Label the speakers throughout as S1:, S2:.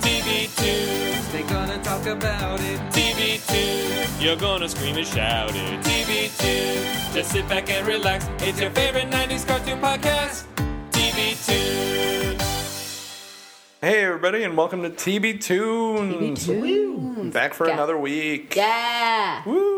S1: TV too.
S2: They're gonna talk about it.
S1: TV too. You're gonna scream and shout it. TV too. Just sit back and relax. It's your favorite 90s cartoon podcast. TV too.
S3: Hey everybody, and welcome to TB Tunes.
S4: Tunes.
S3: Back for
S4: Yeah.
S3: another week.
S4: Yeah.
S3: Woo!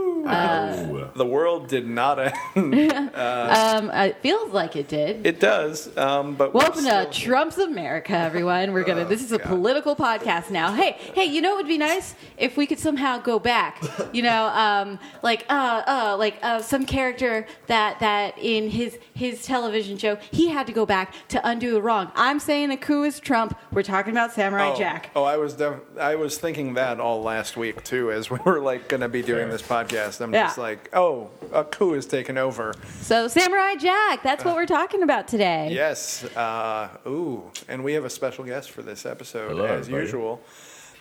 S3: the world did not end.
S4: Um, it feels like it did.
S3: it does, um, but we're
S4: Welcome
S3: still-
S4: to Trump's America, everyone. We're gonna. This is a
S3: Oh, God.
S4: political podcast now. Hey, hey, you know it would be nice if we could somehow go back. You know, um, like, uh, uh, like uh, some character that that in his his television show he had to go back to undo a wrong. I'm saying a coup is Trump. We're talking about Samurai
S3: Oh,
S4: Jack.
S3: Oh, I was def- I was thinking that all last week too, as we were like going to be doing this podcast. I'm
S4: Yeah.
S3: just like, oh, a coup has taken over.
S4: So Samurai Jack. That's what we're talking about today.
S3: Yes. Uh, ooh, and we have a special guest for this episode,
S5: Hello,
S3: as
S5: everybody.
S3: usual.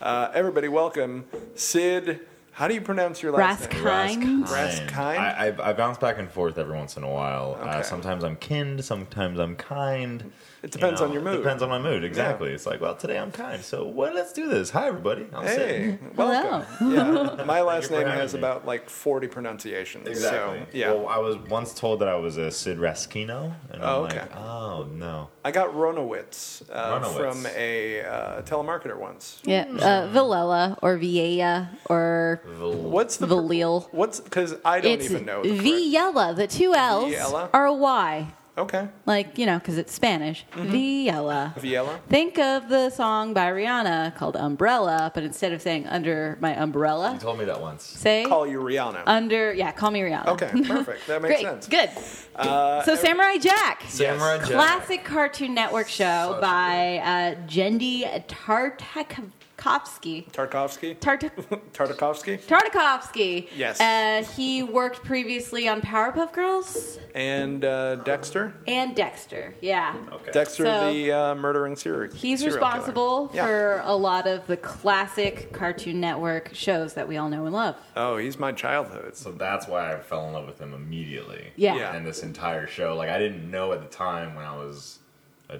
S3: Uh, everybody, welcome, Sid. How do you pronounce your last name?
S4: Raskind.
S3: Raskind?
S5: I, I, I bounce back and forth every once in a while.
S3: Okay.
S5: Uh, sometimes I'm kind, sometimes I'm kind.
S3: It depends on your mood.
S5: Depends on my mood, exactly. It's like, well, today I'm kind, so well, let's do this. Hi, everybody. I'm Sid.
S3: Hey, welcome. Yeah, my last
S5: for
S3: name
S5: having
S3: has
S5: me.
S3: about like forty pronunciations.
S5: Exactly.
S3: So, yeah,
S5: Well, I was once told that I was a Sid Raskino, and
S3: Oh,
S5: I'm
S3: okay.
S5: like, oh no.
S3: I got Ronowitz, uh,
S5: Ronowitz.
S3: from a uh, telemarketer once.
S4: Yeah, uh, Villela or Vieja or
S3: What's the pr-
S4: Valil.
S3: What's because I don't
S4: it's
S3: even know. The
S4: Viella. The two L's
S3: Viella?
S4: are a Y.
S3: correct- okay,
S4: Like, you know, because it's Spanish.
S3: Mm-hmm.
S4: Viella.
S3: Viella.
S4: Think of the song by Rihanna called Umbrella, but instead of saying under my umbrella,
S5: You told me that once.
S4: say
S3: Call you Rihanna.
S4: under, yeah, call me Rihanna.
S3: okay, perfect. That makes
S4: Great.
S3: sense.
S4: Good.
S3: Uh,
S4: So, Samurai Jack.
S5: Samurai Jack.
S4: Classic Cartoon Network show
S5: Such a
S4: by uh, Jendi Tartakovsky.
S3: Tarkovsky.
S4: Tartak.
S3: Tartakovsky
S4: Tartakovsky.
S3: Yes.
S4: Uh, he worked previously on Powerpuff Girls
S3: and uh, Dexter.
S4: and Dexter. Yeah.
S5: Okay.
S3: Dexter,
S4: So-
S3: the uh, murdering serial.
S4: He's
S3: serial killer.
S4: responsible
S3: Yeah.
S4: for a lot of the classic Cartoon Network shows that we all know and love.
S3: Oh, he's my childhood.
S5: So that's why I fell in love with him immediately.
S4: Yeah.
S3: Yeah.
S5: And this entire show, like I didn't know at the time when I was a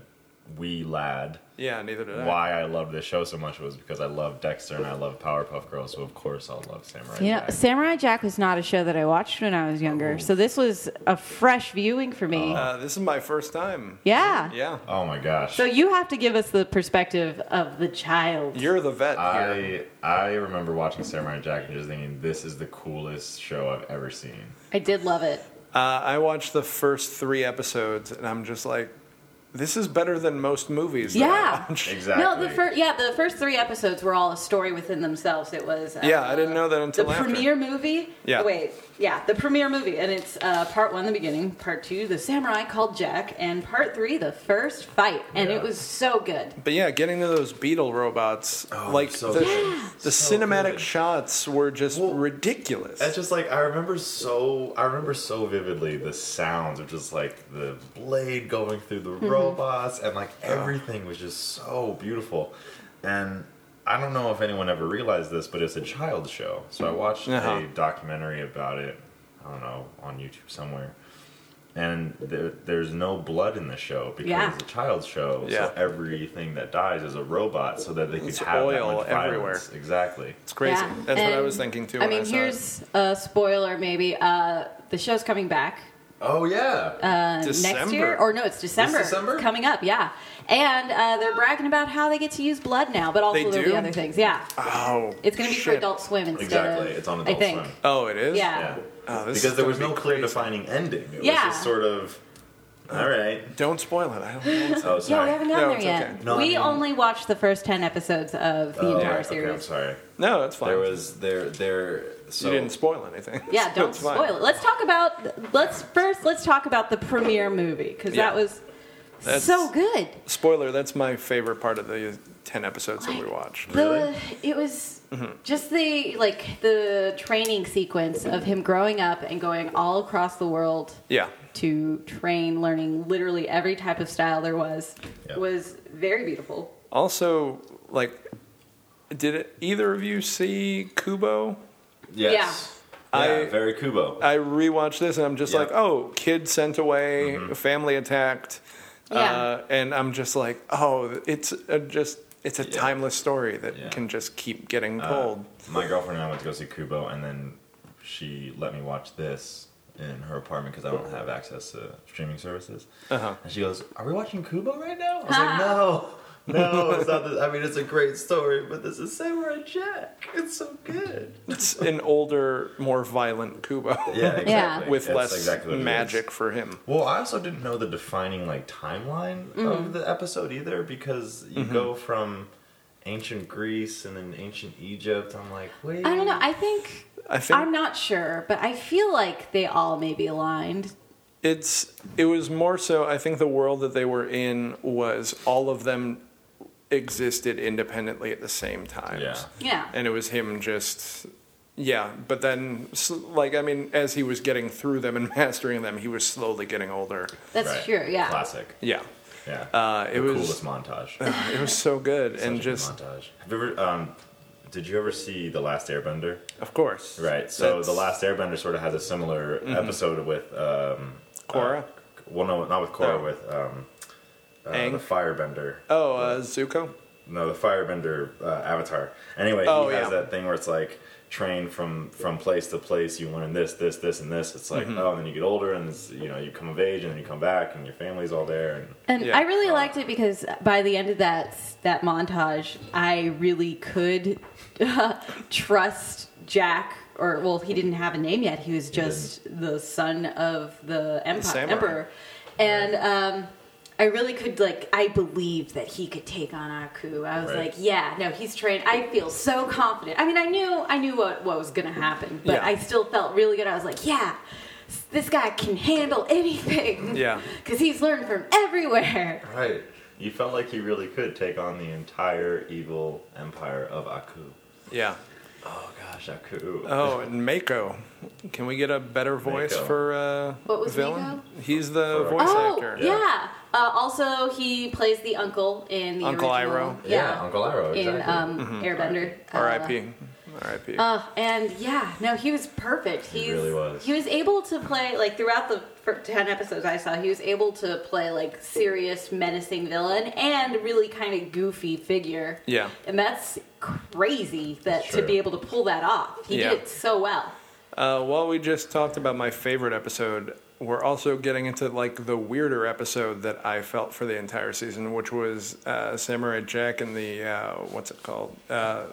S5: wee lad
S3: Yeah, neither did I.
S5: why I loved this show so much was because I love Dexter and I love Powerpuff Girls, so of course I'll love Samurai
S4: You know,
S5: Jack.
S4: Samurai Jack was not a show that I watched when I was younger, so this was a fresh viewing for me.
S3: Uh, this is my first time.
S4: yeah.
S3: Yeah.
S5: oh my gosh.
S4: So you have to give us the perspective of the child.
S3: You're the vet here.
S5: I I remember watching Samurai Jack and just thinking this is the coolest show I've ever seen.
S4: I did love it.
S3: Uh, I watched the first three episodes, and I'm just like, this is better than most movies. that I
S4: Yeah.
S3: watch.
S5: Exactly.
S4: No, the first yeah, the first three episodes were all a story within themselves. It was uh,
S3: Yeah, I didn't know that until
S4: the
S3: after.
S4: premiere movie.
S3: Yeah.
S4: wait, yeah, the premiere movie, and it's uh, part one, the beginning, part two, the samurai called Jack, and part three, the first fight, and
S5: Yeah.
S4: it was so good.
S3: But yeah, getting to those beetle robots, like
S5: Oh, so
S3: the,
S5: good.
S3: the
S5: So
S3: cinematic
S5: good.
S3: shots were just
S5: Well,
S3: ridiculous.
S5: It's just like I remember so I remember so vividly the sounds of just like the blade going through the robots and like everything was just so beautiful. And I don't know if anyone ever realized this, but it's a child show. So I watched
S3: Uh-huh.
S5: a documentary about it. I don't know on YouTube somewhere. And there, there's no blood in the show because
S4: Yeah.
S5: it's a child show.
S3: Yeah.
S5: So everything that dies is a robot, so that they could
S3: It's
S5: have
S3: oil
S5: that much
S3: everywhere.
S5: violence. Exactly.
S3: it's crazy.
S4: Yeah.
S3: That's what I
S4: And,
S3: was thinking too.
S4: I
S3: when
S4: mean,
S3: saw it.
S4: here's a spoiler, maybe. Uh, the show's coming back
S5: Oh yeah.
S4: uh, next
S3: December.
S4: year, or no, it's December.
S5: December?
S4: It's coming up, yeah. And uh, they're bragging about how they get to use blood now, but also
S3: They
S4: there'll
S3: do?
S4: be other things. Yeah,
S3: oh,
S4: it's going to be for
S3: shit.
S4: Adult Swim instead
S5: Exactly.
S4: of
S5: It's on
S4: I
S5: Adult
S4: think.
S5: Swim.
S3: Oh, it is.
S4: Yeah.
S5: yeah.
S3: Oh, this is
S5: because there
S3: gonna
S5: was
S3: be
S5: no clear
S3: crazy.
S5: defining ending. It
S4: Yeah.
S5: was just sort of, all right.
S3: Don't spoil it. I don't know. what's-
S5: Oh,
S4: Yeah,
S5: sorry.
S4: we haven't gotten
S3: No,
S4: there
S3: it's
S4: yet.
S3: okay.
S5: No, I
S4: we
S5: mean-
S4: only watched the first ten episodes of the
S5: Oh,
S4: entire
S5: right, okay,
S4: series.
S5: I'm sorry.
S3: no, that's fine.
S5: There was there there. So
S3: you didn't spoil anything.
S4: Yeah, don't
S3: It's fine.
S4: spoil it. Let's talk about. Let's first let's talk about the premiere movie because
S3: Yeah.
S4: that was
S3: That's-
S4: so good.
S3: Spoiler. That's my favorite part of the ten episodes that we watched.
S4: The it was
S3: Mm-hmm.
S4: just the like the training sequence of him growing up and going all across the world
S3: Yeah.
S4: to train, learning literally every type of style there was
S5: Yeah.
S4: was very beautiful.
S3: Also, like, did it, either of you see Kubo?
S5: yes.
S3: Yeah.
S5: Yeah,
S3: I-
S5: very Kubo.
S3: I rewatched this and I'm just
S5: Yeah. Mm-hmm.
S3: like, oh, kid sent away, family attacked,
S4: Yeah.
S3: Uh, and I'm just like, oh, it's a, just it's a
S5: Yeah.
S3: timeless story that
S5: Yeah.
S3: can just keep getting
S5: Uh,
S3: told.
S5: my girlfriend and I went to go see Kubo, and then she let me watch this in her apartment because I don't have access to streaming services.
S3: Uh-huh.
S5: And she goes, "Are we watching Kubo right now?" I was like, "No." No, it's not. This. I mean, it's a great story, but this is Samurai Jack. It's so good.
S3: It's an older, more violent Kubo
S5: Yeah, exactly.
S3: with
S5: That's
S3: less
S5: exactly what it is.
S3: magic for him.
S5: Well, I also didn't know the defining like timeline of the episode either because you
S3: Mm-hmm.
S5: go from ancient Greece and then ancient Egypt. I'm like, wait,
S4: I don't know. I think,
S3: I think
S4: I'm not sure, but I feel like they all may be aligned.
S3: it's it was more so. I think the world that they were in was all of them existed independently at the same time.
S5: Yeah.
S4: Yeah.
S3: and it was him just yeah but then s- like i mean as he was getting through them and mastering them he was slowly getting older
S4: That's
S5: Right.
S4: true. Yeah.
S5: classic.
S3: yeah
S5: Yeah,
S3: Uh, it
S5: the
S3: was-
S5: coolest montage. Such
S3: it was so good
S5: a
S3: and
S5: good
S3: just
S5: montage. Have you ever? Um, did you ever see the Last Airbender?
S3: of course
S5: Right. So the
S3: That's- Mm-hmm.
S5: Last Airbender sort of has a similar episode with um,
S3: Korra?
S5: uh, well, no, not with Korra.
S3: No.
S5: With um, uh,
S3: Aang?
S5: the Firebender.
S3: oh uh, zuko
S5: No, the Firebender uh, avatar. Anyway,
S3: Oh,
S5: he has
S3: yeah.
S5: that thing where it's like train from from place to place. You learn this, this, this, and this. It's
S3: Mm-hmm.
S5: like oh, and then you get older, and it's, you know you come of age, and then you come back, and your family's all there. And
S4: And
S3: Yeah.
S4: I really liked it because by the end of that that montage, I really could trust Jack. Or well, he didn't have a name yet. He was just the son of the empire,
S3: samurai.
S4: emperor, and um, I really could like I believed that he could take on Aku. I was
S5: Right.
S4: like, yeah, no, he's trained. I feel so confident. I mean, I knew I knew what what was gonna happen, but
S3: Yeah.
S4: I still felt really good. I was like, yeah, s- this guy can handle anything.
S3: Yeah.
S4: Because he's learned from everywhere.
S5: right, you felt like he really could take on the entire evil empire of Aku.
S3: yeah
S5: Oh gosh, Aku.
S3: oh and mako can we get a better voice
S5: Mako.
S3: for uh
S4: What was
S3: villain he's the
S5: For-
S3: voice
S4: oh,
S3: actor
S4: yeah. Uh, also, he plays the uncle in the
S3: Uncle Mm-hmm.
S4: original-
S3: Iroh.
S5: yeah, Uncle Iroh.
S4: in
S5: Exactly.
S4: um, Airbender. Uh,
S3: r.i.p r.i.p
S4: Uh, and yeah, no, he was perfect. He's,
S5: really was.
S4: He was able to play like throughout the fir- ten episodes I saw. He was able to play like serious, menacing villain and really kind of goofy figure.
S3: Yeah.
S4: and that's crazy that
S5: That's
S4: to
S5: true.
S4: be able to pull that off. He
S3: Yeah.
S4: did it so well.
S3: Uh, while we just talked about my favorite episode, we're also getting into like the weirder episode that I felt for the entire season, which was uh, Samurai Jack and the uh, what's it called? Uh,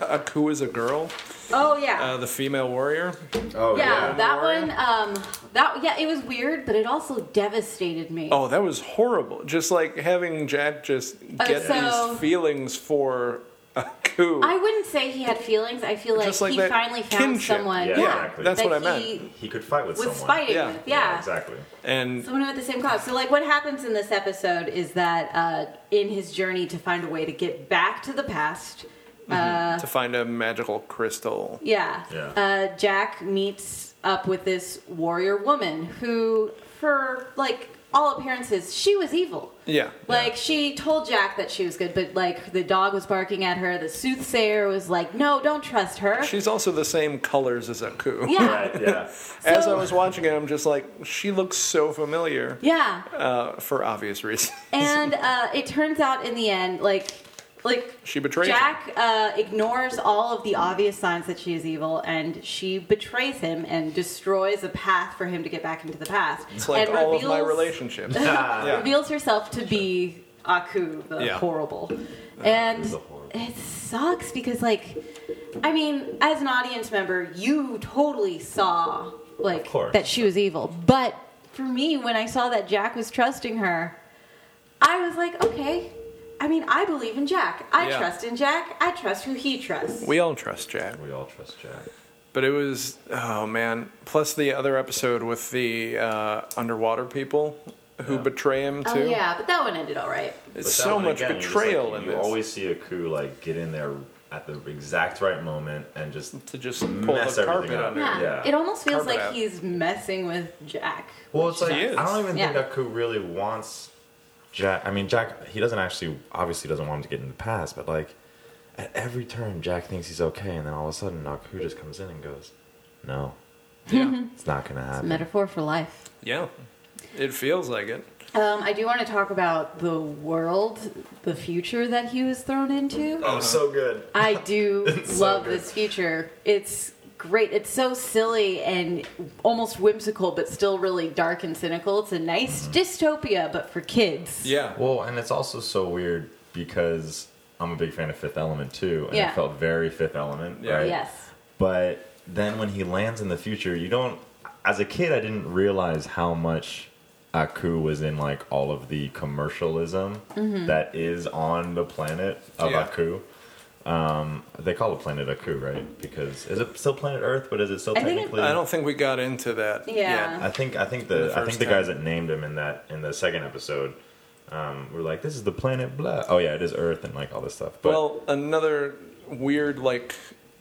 S3: Aku is a girl,
S4: Oh yeah.
S3: uh, the female warrior.
S5: oh
S4: yeah,
S5: yeah.
S4: that
S3: Warrior.
S4: one. Um, that yeah, it was weird, but it also devastated me.
S3: Oh, that was horrible! Just like having Jack just
S4: Uh,
S3: get
S4: so-
S3: these feelings for Aku.
S4: I wouldn't say he had feelings. I feel like,
S3: Just like
S4: he
S3: that
S4: finally found
S3: kinship.
S4: someone.
S5: Yeah, exactly.
S3: that's
S4: that
S3: what I meant.
S4: He
S5: He could fight with
S4: was
S5: someone.
S4: fighting
S3: Yeah.
S4: with. Yeah.
S5: yeah, exactly.
S3: and
S4: Someone with the same cause. So, like, what happens in this episode is that uh, in his journey to find a way to get back to the past, uh,
S3: to find a magical crystal.
S4: Yeah.
S5: Mm-hmm. Yeah.
S4: Uh, Jack meets up with this warrior woman who, for like all appearances, she was evil.
S3: Yeah.
S4: Like she told Jack that she was good, but like the dog was barking at her. The soothsayer was like, "No, don't trust her."
S3: She's also the same colors as Aku.
S4: yeah.
S5: Right. Yeah.
S3: As I
S4: So-
S3: was watching it, I'm just like, she looks so familiar.
S4: Yeah.
S3: Uh, for obvious reasons.
S4: And uh, it turns out in the end, like, like
S3: She betrays him.
S4: Jack uh, ignores all of the obvious signs that she is evil, and she betrays him and destroys a path for him to get back into the past.
S3: It's like
S4: and
S3: all of my relationships. yeah.
S4: reveals herself to be Aku, the
S3: Yeah.
S4: horrible. And
S5: the horrible.
S4: it sucks because, like, I mean, as an audience member, you totally saw, like,
S5: course.
S4: that she was evil. But for me, when I saw that Jack was trusting her, I was like, okay. I mean, I believe in Jack. I
S3: Yeah.
S4: trust in Jack. I trust who he trusts.
S3: We all trust Jack.
S5: We all trust Jack.
S3: But it was, oh man. Plus the other episode with the uh, underwater people who betray him too.
S4: oh, yeah, but that one ended all right.
S3: It's
S5: But that
S3: so
S5: one,
S3: much
S5: again, you just, like,
S3: betrayal in
S5: you
S3: this.
S5: always see a coup like get in there at the exact right moment and just
S3: to just pull
S5: mess
S3: the carpet
S5: everything up.
S3: under.
S4: Yeah.
S5: Yeah.
S4: It almost feels
S3: Carve it
S4: like
S3: out.
S4: he's messing with Jack.
S5: well it's like
S3: He is.
S5: I don't even
S4: Yeah.
S5: think Aku really wants Jack I mean Jack he doesn't actually obviously doesn't want him to get in the past but like at every turn Jack thinks he's okay and then all of a sudden Aku just comes in and goes no
S3: Yeah.
S5: it's not gonna happen
S4: Metaphor for life.
S3: yeah. It feels like it.
S4: Um, I do want to talk about the world, the future that he was thrown into.
S5: Oh, so good.
S4: I do
S5: It's so
S4: love
S5: good.
S4: this future. It's great. It's so silly and almost whimsical, but still really dark and cynical. It's a nice dystopia, but for kids.
S3: Yeah.
S5: Well, and it's also so weird because I'm a big fan of Fifth Element too, and
S4: Yeah.
S5: it felt very Fifth Element.
S3: Yeah.
S5: Right?
S4: Yes.
S5: But then when he lands in the future, you don't. As a kid, I didn't realize how much Aku was in like all of the commercialism
S4: Mm-hmm.
S5: that is on the planet of
S3: Yeah.
S5: Aku. Um, they call it Planet Aku, right? Because is it still Planet Earth? But is it still
S4: I think it-
S5: technically?
S3: I don't think we got into that.
S4: Yeah.
S5: I think I think the,
S3: The
S5: I think
S3: first
S5: the
S3: time.
S5: guys that named him in that in the second episode um, were like, "This is the planet blah." Oh yeah, it is Earth and like all this stuff. But
S3: Well, another weird like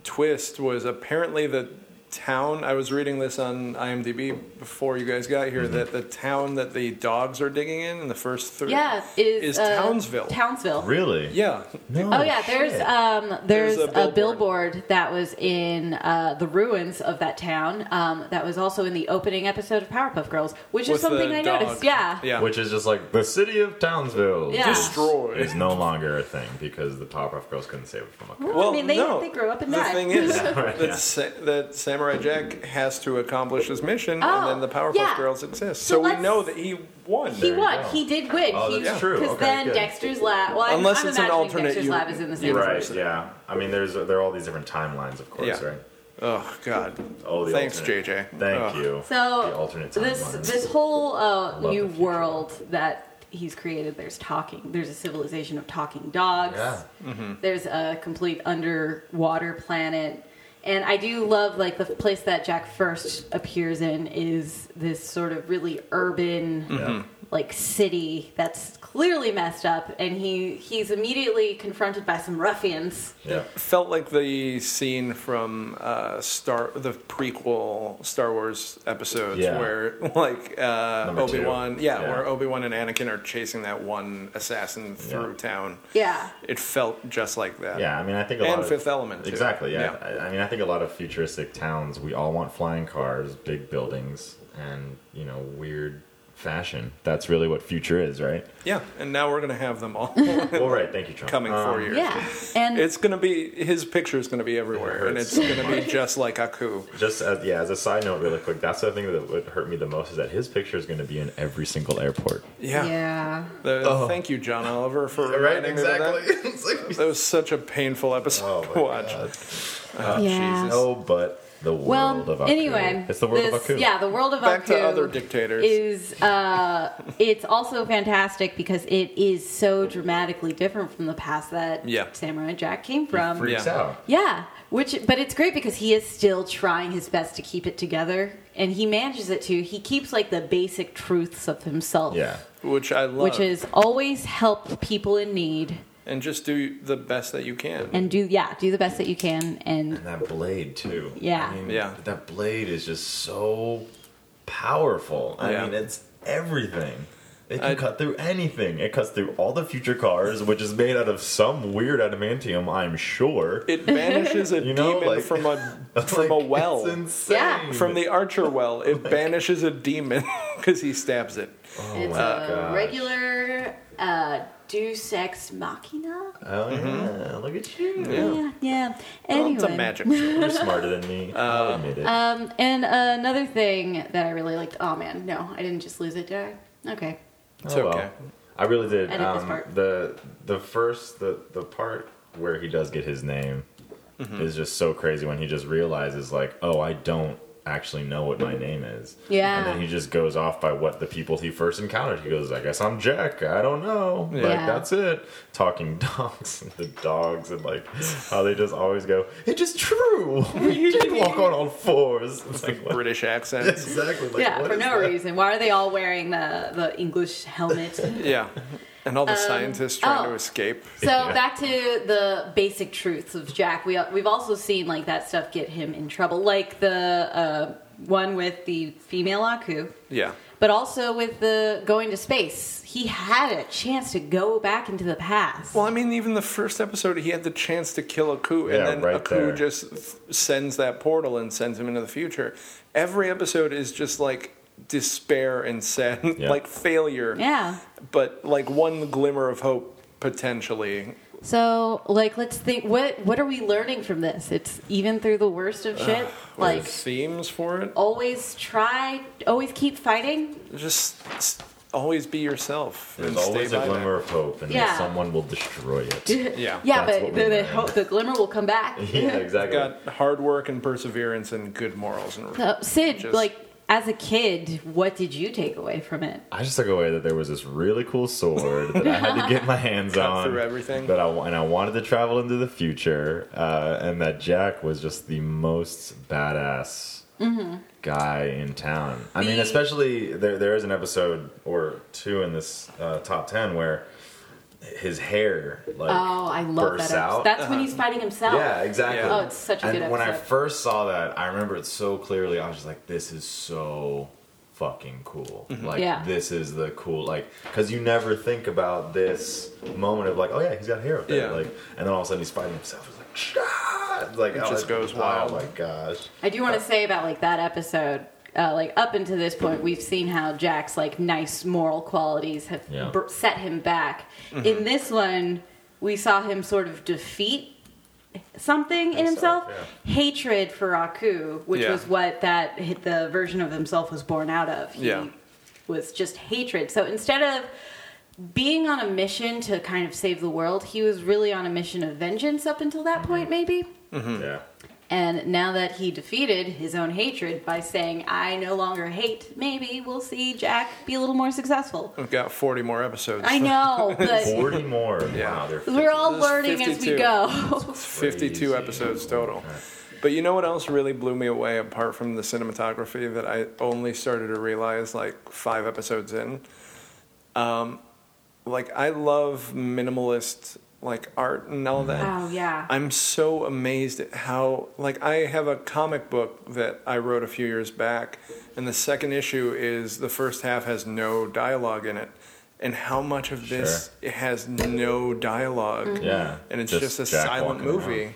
S3: twist was apparently the town. I was reading this on IMDb before you guys got here. That the town that the dogs are digging in in the first three.
S4: Yeah. Is,
S3: Is
S4: uh,
S3: Townsville.
S4: Townsville.
S5: really,
S3: Yeah.
S5: No
S4: Oh yeah,
S5: shit.
S4: there's um,
S3: There's
S4: there's, a,
S3: a
S4: billboard.
S3: billboard.
S4: that was in uh, the ruins of that town. Um, that was also in the opening episode of Powerpuff Girls, which
S3: With
S4: is something
S3: the
S4: I
S3: dog.
S4: noticed. Yeah,
S3: Yeah.
S5: which is just like the city of Townsville
S4: Yeah.
S3: Destroy.
S5: is no longer a thing because the Powerpuff Girls couldn't save it from a.
S4: Well, I mean, they, they grew up and
S3: the
S4: died.
S3: thing is
S5: Right,
S3: that,
S5: yeah.
S3: Sa- that Samurai Jack has to accomplish his mission,
S4: Oh,
S3: and then the Powerpuff
S4: yeah.
S3: Girls exist.
S4: So
S3: So, we
S4: let's-
S3: know that he won.
S4: he
S5: you
S4: won.
S5: go.
S4: He did win.
S5: Oh,
S4: he,
S5: that's true.
S4: Because
S5: Okay,
S4: then
S5: good.
S4: Dexter's lab. Well, I'm-
S3: Unless
S4: I'm,
S3: it's an
S4: imagining
S3: alternate
S4: Dexter's
S3: u-
S4: lab is in the same
S3: universe.
S5: Right. Yeah. I mean, there's there are all these different timelines, of course,
S3: Yeah.
S5: right?
S3: Oh God!
S5: Oh, the
S3: Thanks,
S5: alternate.
S3: JJ.
S5: Thank
S3: Oh.
S5: you. the
S4: So
S5: alternate timelines.
S4: this this whole uh,
S5: the
S4: new
S5: future.
S4: world that he's created. There's talking. There's a civilization of talking dogs.
S5: Yeah.
S3: Mm-hmm.
S4: There's a complete underwater planet. And I do love like the place that Jack first appears in is this sort of really urban
S3: Hmm.
S5: Yeah.
S4: like city that's clearly messed up and he he's immediately confronted by some ruffians.
S5: yeah.
S3: Felt like the scene from uh, Star, the prequel Star Wars episodes,
S5: Yeah.
S3: where like uh,
S5: Number two.
S3: Obi Wan, yeah,
S5: Yeah.
S3: where Obi Wan and Anakin are chasing that one assassin through
S5: Yeah.
S3: town.
S4: Yeah.
S3: It felt just like that.
S5: Yeah, I mean, I think a
S3: And
S5: lot of-
S3: Fifth Element, too.
S5: Exactly. Yeah,
S3: Yeah.
S5: I, I mean, I think a lot of futuristic towns. We all want flying cars, big buildings, and you know, weird fashion. That's really what future is, right?
S3: yeah. And now we're gonna have them all
S5: well, right. Thank you, Trump.
S3: coming
S5: Um,
S3: for you.
S4: Yeah. And
S3: It's gonna be his picture's gonna be everywhere, and
S5: hurts
S3: it's gonna be just like Aku.
S5: Just as yeah, as a side note, really quick. That's the thing that would hurt me the most is that his picture is going to be in every single airport.
S3: Yeah.
S4: yeah.
S3: The- Thank you, John Oliver, for
S5: Oh. Right.
S3: reminding me of that.
S5: Exactly. It's like-
S3: That was such a painful episode
S5: oh
S3: to
S5: my
S3: watch.
S5: God.
S4: yeah.
S5: No, but the Oh, world
S4: Well,
S5: of Aku.
S4: anyway,
S5: it's the world
S4: this-
S5: of Aku.
S4: Yeah, the world of
S3: Back
S4: Aku.
S3: to other dictators.
S4: Is uh, it's also fantastic because it is so dramatically different from the past that
S3: Yeah.
S4: Samurai Jack came from.
S5: Freaks
S3: Yeah.
S5: out.
S4: Yeah, which but it's great because he is still trying his best to keep it together, and he manages it too. He keeps like the basic truths of himself.
S5: Yeah.
S3: which I love.
S4: Which is always help people in need
S3: and just do the best that you can.
S4: and do yeah do the best that you can and
S5: And that blade too.
S4: Yeah.
S5: I mean,
S3: Yeah.
S5: That blade is just so powerful. I
S3: Yeah.
S5: mean, it's everything. It can
S3: I-
S5: cut through anything. It cuts through all the future cars, which is made out of some weird adamantium, I'm sure.
S3: it banishes a
S5: You know,
S3: demon
S5: like-
S3: from a
S5: It's
S3: from
S5: like-
S3: a well.
S5: It's insane.
S4: Yeah.
S3: From the Archer well, it banishes a demon because he stabs it.
S4: it's
S5: Oh my
S4: a
S5: gosh.
S4: regular uh, deus ex machina.
S5: Oh yeah,
S4: Mm-hmm.
S5: look at you.
S3: Yeah,
S4: Yeah, yeah.
S3: Well,
S5: Oh,
S4: Anyway,
S3: it's a magic. show.
S5: You're smarter than
S4: Uh,
S5: me. I'll admit it.
S4: Um, and another thing that I really liked. Oh man, no, I didn't just lose it, did I? Okay.
S3: It's
S5: Oh, well.
S3: okay.
S5: I really did.
S4: Edit this
S5: um,
S4: part.
S5: The the first the the part where he does get his name is just so crazy when he just realizes like, oh, I don't actually know what my name is.
S4: Yeah.
S5: And then he just goes off by what the people he first encountered. He goes, I guess I'm Jack. I don't know. Like
S4: Yeah.
S5: that's it. Talking dogs and the dogs and like how they just always go, It is true. We did walk on all fours. It's like what?
S3: British accents.
S5: Exactly. Like,
S4: yeah,
S5: what
S4: for
S5: is
S4: no
S5: that?
S4: reason. Why are they all wearing the the English helmet? so
S3: Yeah, and all the scientists trying
S4: oh.
S3: to escape.
S5: Yeah.
S4: back to the basic truths of Jack. We we've also seen like that stuff get him in trouble, like the uh, one with the female Aku.
S3: Yeah,
S4: But also with the going to space, he had a chance to go back into the past.
S3: Well, I mean, even the first episode, he had the chance to kill Aku, and
S5: Yeah,
S3: then
S5: right
S3: Aku
S5: there.
S3: just th- sends that portal and sends him into the future. Every episode is just like despair and sadness,
S5: Yeah.
S3: like failure.
S4: Yeah.
S3: But like one glimmer of hope potentially.
S4: So, like, let's think. What what are we learning from this? It's even through the worst of shit. like,
S3: There's themes for it.
S4: always try, always keep fighting.
S3: Just s- always be yourself.
S5: There's
S3: and stay
S5: always a
S3: by that.
S5: glimmer of hope, and
S4: Yeah.
S5: someone will destroy it.
S3: Yeah.
S4: Yeah,
S5: That's
S4: but
S5: what
S4: the,
S5: we
S4: the,
S5: learned.
S4: ho- the glimmer will come back.
S5: yeah, exactly.
S3: Got hard work and perseverance and good morals and
S4: So, Sid,
S3: Just-
S4: like, as a kid, what did you take away from it?
S5: I just took away that there was this really cool sword that I had to get my hands
S3: Cut
S5: on.
S3: through everything.
S5: That I wa- and I wanted to travel into the future, uh, and that Jack was just the most badass guy in town. I mean,
S4: Mm-hmm. The-
S5: especially there. There is an episode or two in this uh, top ten where his hair like
S4: Oh, I love
S5: bursts
S4: that. episode.
S5: out.
S4: That's when he's fighting himself.
S5: Yeah, exactly.
S3: Yeah. Oh,
S4: it's such a
S5: and
S4: good
S5: When I
S4: episode.
S5: first saw that, I remember it so clearly. I was just like, "This is so fucking cool!
S3: Mm-hmm.
S5: Like,
S4: Yeah.
S5: this is the cool like because you never think about this moment of like, oh yeah, he's got hair up there,
S3: Yeah.
S5: like, and then all of a sudden he's fighting himself. It's like, "Shah!" like
S3: It
S5: I was
S3: just
S5: like,
S3: goes
S5: oh
S3: wild.
S5: my gosh.
S4: I do want to say about like that episode. Uh, like up until this point, we've seen how Jack's like nice moral qualities have
S5: Yeah.
S4: br- set him back. In this one, we saw him sort of defeat something in himself,
S5: Himself,
S4: hatred for Raku, which
S3: Yeah.
S4: was what that the version of himself was born out of. He
S3: Yeah.
S4: was just hatred. So instead of being on a mission to kind of save the world, he was really on a mission of vengeance up until that point, maybe.
S3: Mm-hmm.
S5: Yeah,
S4: And now that he defeated his own hatred by saying, I no longer hate, maybe we'll see Jack be a little more successful.
S3: We've got 40 more episodes.
S4: I know, but
S5: forty more.
S3: Yeah.
S5: Wow, they're
S4: we're all
S3: This is
S4: learning as we
S3: 52.
S4: go.
S3: 52
S5: Crazy.
S3: episodes total. But you know what else really blew me away apart from the cinematography that I only started to realize like five episodes in? Um, like, I love minimalist like art and all that.
S4: Oh, yeah.
S3: I'm so amazed at how like I have a comic book that I wrote a few years back and the second issue is the first half has no dialogue in it and how much of this it has no dialogue
S4: Mm-hmm.
S5: Yeah,
S3: and it's
S5: just
S3: just, a
S5: Jack
S3: silent
S5: walking around.
S3: movie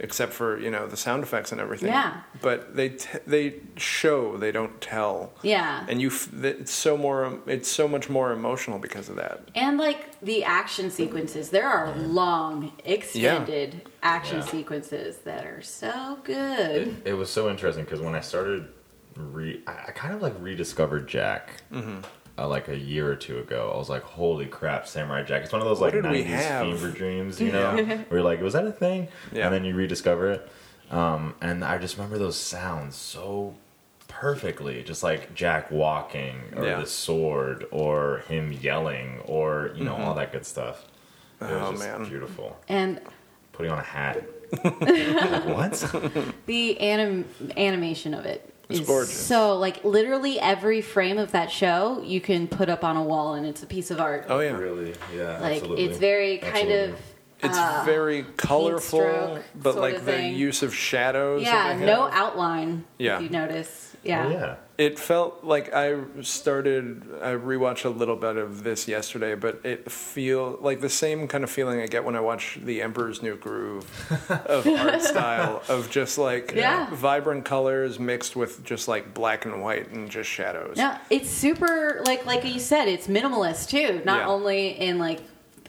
S3: except for you know the sound effects and everything
S4: Yeah.
S3: but they t- they show they don't tell
S4: Yeah.
S3: and you f- th- it's so more it's so much more emotional because of that
S4: And like the action sequences, there are long, extended action
S5: Yeah.
S4: sequences that are so good.
S5: it was so interesting because when I started, re- I, I kind of like rediscovered Jack
S3: Mm-hmm.
S5: uh, like a year or two ago. I was like, "Holy crap, Samurai Jack!" It's one of those like
S3: What did we
S5: '90s
S3: have?
S5: fever dreams, you know? Where you're like, "Was that a thing?"
S3: Yeah.
S5: And then you rediscover it, um, and I just remember those sounds so perfectly, just like Jack walking, or
S3: Yeah.
S5: the sword, or him yelling, or you know, all that good stuff. It was
S3: Mm-hmm. Oh,
S5: just
S3: man.
S5: beautiful.
S4: And
S5: Putting on a hat. Like, what?
S4: the anim- animation of it
S3: It's
S4: is
S3: gorgeous.
S4: So, like, literally every frame of that show you can put up on a wall and it's a piece of art.
S3: oh yeah
S5: Really? Yeah.
S4: like,
S5: absolutely.
S4: it's very kind
S5: Absolutely.
S4: of.
S3: it's very colorful
S4: Uh, stroke
S3: but
S4: sorta
S3: like the
S4: thing.
S3: use of shadows that
S4: Yeah,
S3: they
S4: no
S3: have.
S4: outline.
S3: Yeah.
S4: If you notice.
S5: Oh,
S4: Yeah.
S5: yeah.
S3: It felt like I started. I rewatched a little bit of this yesterday, but it feel like the same kind of feeling I get when I watch The Emperor's New Groove of art style of just like
S4: Yeah.
S3: vibrant colors mixed with just like black and white and just shadows.
S4: No, it's super like like you said, it's minimalist too. Not
S3: Yeah.
S4: only in like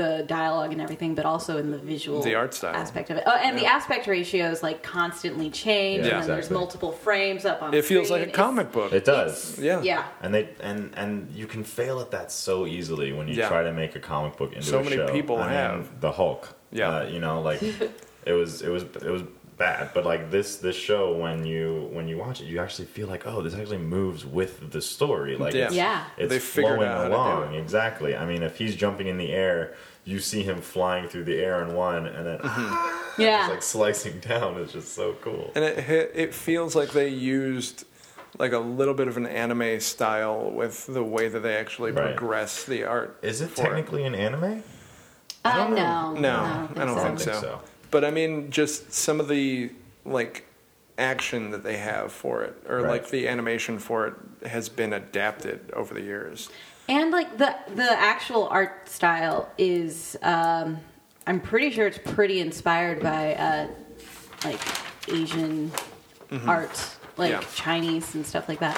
S4: the dialogue and everything, but also in the visual,
S3: The art style.
S4: aspect of it. Oh, and the aspect ratios like constantly change,
S5: Yeah,
S4: and then there's
S5: exactly.
S4: multiple frames up on.
S3: It feels like a
S4: screen. It's-
S3: comic book.
S5: It does.
S3: yeah.
S4: Yeah.
S5: And they and and you can fail at that so easily when you
S3: Yeah.
S5: try to make a comic book into
S3: So
S5: a
S3: many
S5: show.
S3: people
S5: I mean,
S3: have.
S5: the Hulk.
S3: Yeah.
S5: Uh, you know, like it was it was it was bad, but like this this show when you when you watch it, you actually feel like oh, this actually moves with the story. Like
S3: Yeah.
S5: it's,
S4: Yeah.
S5: it's
S3: They figured
S5: flowing
S3: out how to do
S5: along
S3: it.
S5: exactly. I mean, if he's jumping in the air, you see him flying through the air in one, and then
S4: Yeah.
S5: just like slicing down. It's just so cool.
S3: Mm-hmm. and it hit, it feels like they used like a little bit of an anime style with the way that they actually
S5: Right.
S3: progress the art.
S5: Is it
S3: for it.
S5: technically an anime?
S4: Uh,
S5: don't know.
S4: no,
S3: No, I don't
S5: I
S3: think, so. But I mean, just some of the like action that they have for it, or
S5: Right.
S3: like the animation for it, has been adapted over the years.
S4: And like the the actual art style is, um, I'm pretty sure it's pretty inspired by uh, like Asian art, like
S3: Yeah.
S4: Chinese and stuff like that.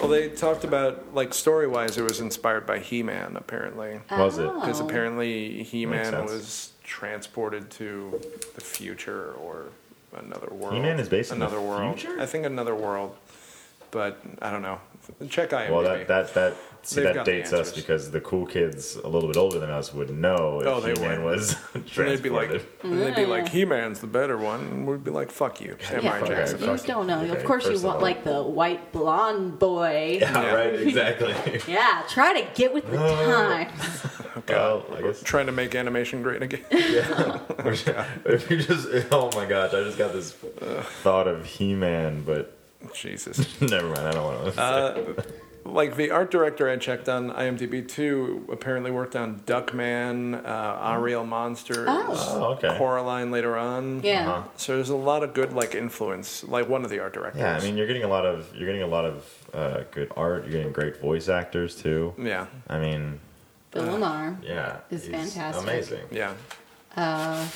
S3: Well, they talked about like story wise, it was inspired by He Man apparently,
S5: Was it?
S3: because
S4: Oh.
S3: apparently He Man
S5: sense.
S3: was transported to the future or another world.
S5: He-Man is based in the
S3: another world.
S5: future?
S3: I think another world, but I don't know. Check IMDb.
S5: Well, that that that see,
S3: They've
S5: that
S3: got the
S5: dates us
S3: answers.
S5: because the cool kids a little bit older than us would know if
S3: Oh, they
S5: He-Man
S3: would.
S5: was
S3: and they'd be like,
S5: transported.
S3: and they'd be like, He Man's the better one. And we'd be like, fuck you, Samurai
S5: fuck
S4: Yeah,
S5: Jackson.
S4: you
S5: Fucking-
S4: don't know.
S5: okay,
S4: of course, you
S5: first of
S4: want
S5: all.
S4: like the white blonde boy. Yeah.
S5: yeah,
S3: Yeah.
S5: right, exactly.
S4: try to get with the times.
S5: well, I guess
S3: Trying to make animation great again. Oh,
S5: if you just oh my gosh, I just got this thought of He-Man, but
S3: Jesus.
S5: never mind. I don't want to.
S3: Uh, like the art director I checked on IMDb too apparently worked on Duckman, uh, Ariel Monsters,
S4: Oh.
S5: oh, okay.
S3: Coraline later on.
S4: Yeah.
S5: Uh-huh.
S3: So there's a lot of good like influence, like one of the art directors.
S5: Yeah, I mean, you're getting a lot of you're getting a lot of uh, good art. You're getting great voice actors too.
S3: yeah,
S5: I mean,
S4: Bill Lamar.
S5: yeah,
S4: It's
S5: he's
S4: fantastic.
S5: amazing.
S3: yeah. I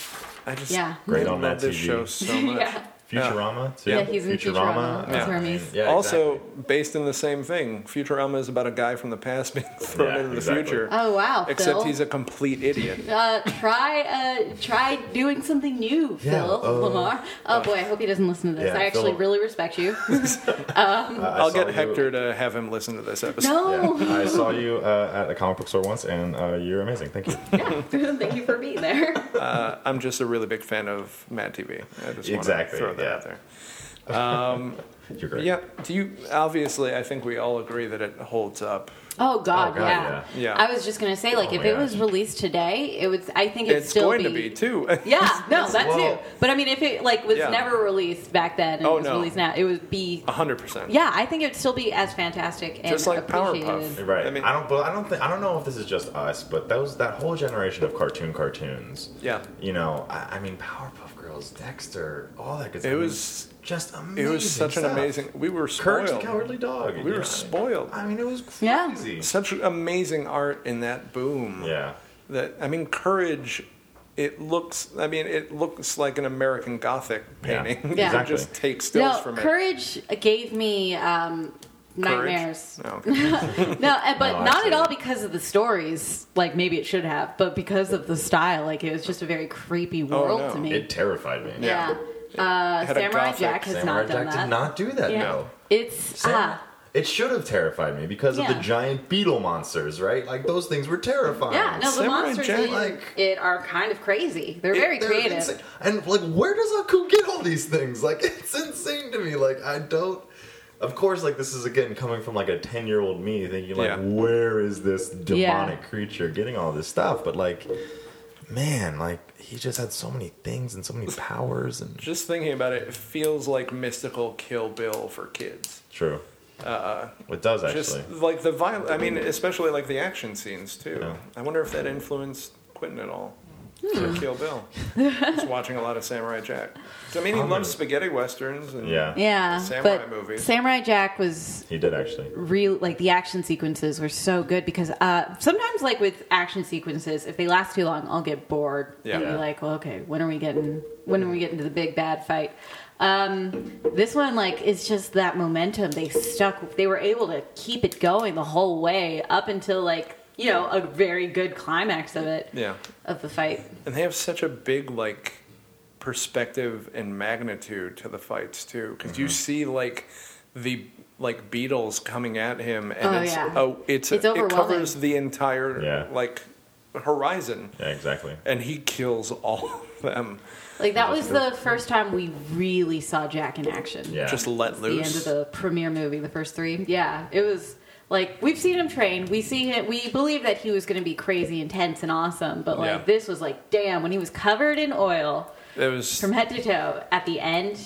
S3: just
S4: Uh, yeah.
S5: Great
S3: I
S5: on
S3: love
S5: that
S3: this
S5: TV.
S3: show so much.
S4: yeah.
S5: Futurama too.
S4: Yeah, he's in Futurama.
S5: uh,
S4: That's
S5: I
S4: where
S5: mean,
S4: he's-
S5: yeah,
S3: also
S5: exactly.
S3: based in the same thing, Futurama is about a guy from the past being thrown
S5: Yeah,
S3: into the
S5: exactly.
S3: future.
S4: Oh wow.
S3: except
S4: Phil.
S3: he's a complete idiot.
S4: uh, try uh, try doing something new,
S5: Yeah,
S4: Phil
S5: oh.
S4: Lamar. Oh boy, I hope he doesn't listen to this.
S5: Yeah,
S4: I actually
S5: Phil-
S4: really respect you.
S5: I- I
S3: I'll
S5: saw
S3: get
S5: you-
S3: Hector to have him listen to this episode.
S4: No,
S5: Yeah, I saw you uh, at a comic book store once, and uh, you're amazing. Thank you.
S4: thank you for being there.
S3: I'm just a really big fan of Mad TV. I just
S5: Exactly,
S3: want to throw that
S5: yeah.
S3: out there.
S5: You're great.
S3: Yeah. Do you? Obviously, I think we all agree that it holds up.
S4: Oh God,
S5: Oh, God,
S4: yeah.
S3: yeah. Yeah.
S4: I was just gonna say, like,
S5: Oh,
S4: if
S5: my
S4: it was
S5: gosh.
S4: released today, it would. I think it'd
S3: it's
S4: still
S3: going to be too.
S4: Yeah, no, that
S5: well-
S4: too. But I mean, if it like was
S3: Yeah.
S4: never released back then and
S3: Oh,
S4: was
S3: no.
S4: released now, it would be.
S3: hundred percent.
S4: Yeah, I think it would still be as fantastic and
S3: Just like Powerpuff.
S4: appreciated.
S5: Right.
S3: I
S5: I
S3: mean-
S5: don't. But I don't think. I don't know if this is just us, but those that whole generation of cartoon cartoons.
S3: Yeah.
S5: You know, I, I mean, Powerpuff Girls, Dexter, all that good stuff.
S3: It
S5: I mean,
S3: was-
S5: just amazing.
S3: It was such an
S5: stuff.
S3: amazing. We were spoiled.
S5: Courage the Cowardly Dog.
S3: We were
S5: yeah.
S3: spoiled.
S5: I mean, it was
S4: Yeah.
S5: crazy.
S3: Such amazing art in that boom.
S5: Yeah.
S3: That I mean, Courage. It looks. I mean, it looks like an American Gothic
S5: Yeah,
S3: painting. You
S5: exactly.
S3: just take stills
S4: No,
S3: from
S4: Courage gave me um,
S3: it. Courage?
S4: nightmares.
S3: No, okay.
S4: No, uh, but
S5: No,
S4: not at all
S5: absolutely.
S4: because of the stories. Like maybe it should have, but because of the style. Like it was just a very creepy world
S3: no.
S4: to me.
S5: It terrified me.
S4: yeah. Uh,
S3: Had a
S4: Samurai
S3: gothic
S4: Jack has
S5: Samurai
S4: not done
S5: Jack
S4: that.
S5: did not do that.
S4: yeah.
S5: No.
S4: It's
S5: Sam-
S4: ah,
S5: It should have terrified me because of
S4: Yeah.
S5: the giant beetle monsters, right? Like those things were terrifying.
S4: yeah. No, the
S3: Samurai
S4: monsters
S3: Jack,
S4: in
S5: like-
S4: it are kind of crazy. They're
S5: It-
S4: very
S5: they're
S4: creative.
S5: insane. And like, where does Aku get all these things? Like, it's insane to me. Like, I don't. Of course, like this is again coming from like a ten-year-old me thinking like,
S3: Yeah.
S5: where is this
S4: Yeah.
S5: demonic creature getting all this stuff? But like, man, like he just had so many things and so many powers and
S3: Just thinking about it, it feels like mystical Kill Bill for kids.
S5: true. Uh, it does actually.
S3: Just like the viol I mean, especially like the action scenes too.
S5: Yeah.
S3: I wonder if that influenced Quentin at all.
S5: Hmm.
S3: For Kill Bill, he's watching a lot of Samurai Jack. 'Cause, I mean, he
S5: Oh,
S3: loves
S5: man.
S3: spaghetti westerns and
S5: yeah,
S4: Yeah,
S3: Samurai
S4: but
S3: movies.
S4: Samurai Jack was
S5: he did actually.
S4: real. Like the action sequences were so good because uh, sometimes, like with action sequences, if they last too long, I'll get bored and be
S3: Yeah.
S4: like, "Well, okay, when are we getting? When are we getting to the big bad fight?" Um, this one, like, is just that momentum. They stuck. They were able to keep it going the whole way up until like you know a very good climax of it
S3: yeah.
S4: of the fight.
S3: And they have such a big like perspective and magnitude to the fights too, because
S5: Mm-hmm.
S3: you see like the like beetles coming at him, and
S4: Oh,
S3: it's
S4: yeah.
S3: oh, it's,
S4: It's
S3: it
S4: overwhelming.
S3: covers the entire
S5: Yeah.
S3: like horizon,
S5: Yeah, exactly.
S3: and he kills all of them.
S4: Like that was the first time we really saw Jack in action.
S5: Yeah,
S3: Just let
S4: the end
S3: loose.
S4: of the premiere movie, the first three. Yeah, it was like we've seen him train. We see him. We believe that he was going to be crazy, intense, and awesome. But like
S3: Yeah.
S4: this was like, damn, when he was covered in oil
S3: It was
S4: from head to toe at the end.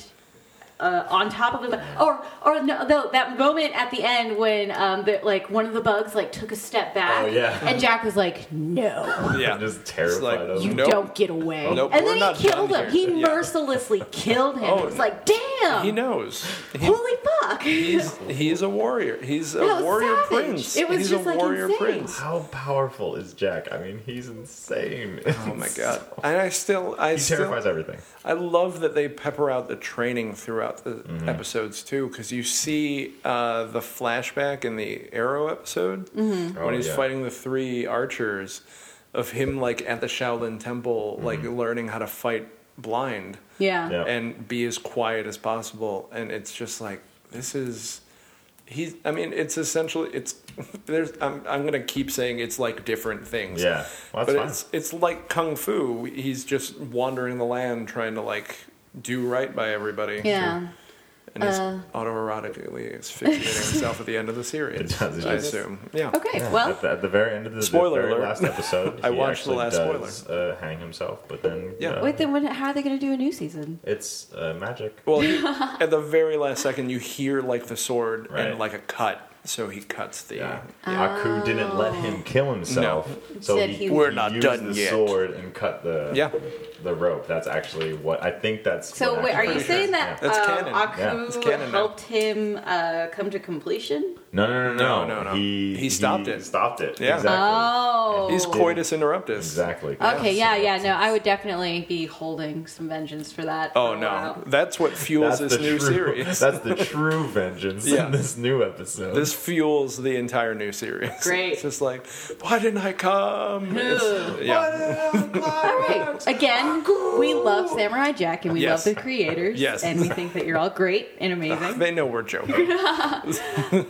S4: Uh, on top of the or or no, no that moment at the end when um the, like one of the bugs like took a step back
S5: Oh, yeah.
S4: and Jack was like no
S3: yeah,
S5: just
S3: like,
S5: terrified of
S4: you
S5: him.
S3: Nope.
S4: don't get away
S3: Nope,
S4: and
S3: we're
S4: then
S3: not
S4: he killed
S3: done
S4: him
S3: here.
S4: he
S3: Yeah.
S4: mercilessly killed him
S3: Oh,
S4: it was like damn
S3: He knows. He-
S4: holy fuck
S3: he's he's a warrior. He's a
S4: It was
S3: warrior
S4: savage.
S3: prince.
S4: It was
S3: he's
S4: just,
S3: a
S4: like,
S3: warrior
S4: insane.
S3: prince.
S5: How powerful is Jack? I mean, he's insane.
S3: Oh my god! And I still, I
S5: He
S3: still,
S5: terrifies everything.
S3: I love that they pepper out the training throughout throughout the
S5: Mm-hmm.
S3: episodes too, because you see uh, the flashback in the Arrow episode when
S5: Oh,
S3: he's
S5: yeah.
S3: fighting the three archers, of him like at the Shaolin Temple, like learning how to fight blind
S4: Yeah.
S5: Mm-hmm. Yeah.
S3: and be as quiet as possible. And it's just like this is he's. I mean, it's essentially it's. There's. I'm. I'm gonna keep saying it's like different things.
S5: Yeah. Well, that's
S3: but
S5: fine.
S3: it's it's like kung fu. He's just wandering the land trying to like do right by everybody.
S4: Yeah. uh,
S3: And he's autoerotically asphyxiating himself at the end of the series.
S5: It does, it
S3: I
S5: does.
S3: assume. Yeah.
S4: Okay. Well,
S5: at, the, at the very end of the,
S3: Spoiler
S5: the very
S3: alert.
S5: last episode,
S3: I
S5: he
S3: watched the
S5: actually
S3: last
S5: does, Uh, hang himself, but then
S3: Yeah.
S5: yeah,
S4: wait. Then when, how are they going to do a new season?
S5: it's uh, magic.
S3: Well, he, at the very last second, you hear like the sword
S5: Right.
S3: and like a cut. So he cuts the.
S5: Yeah.
S4: Oh.
S5: Haku didn't let him kill himself, so
S4: Said
S5: he,
S4: he-
S3: We're not
S5: used
S3: done
S5: the
S3: yet.
S5: sword and cut the
S3: Yeah.
S5: the rope. That's actually what I think that's.
S4: So
S5: what
S4: wait, are
S5: happened.
S4: you saying that
S3: That's
S4: um,
S3: canon.
S4: Aku
S5: Yeah,
S3: it's canon now.
S4: helped him uh, come to completion?
S5: No, no, no, no,
S3: No, no, no.
S5: He
S3: He stopped it.
S5: Stopped it.
S3: Yeah.
S5: Exactly.
S4: Oh.
S3: He's
S5: Didn't-
S3: coitus interruptus.
S5: Exactly.
S4: Okay, yeah,
S5: So
S4: yeah, no, I would definitely be holding some vengeance for that.
S3: Oh
S4: for a
S3: no,
S4: while.
S3: that's what fuels this
S5: That's the
S3: new
S5: true,
S3: series.
S5: That's the true vengeance
S3: Yeah.
S5: in this new episode.
S3: This fuels the entire new series.
S4: Great.
S3: It's just like, why didn't I come? It's- yeah.
S4: All right, again, we love Samurai Jack and we
S3: Yes.
S4: love the creators.
S3: Yes.
S4: And we think that you're all great and amazing.
S3: They know we're joking.
S4: Uh,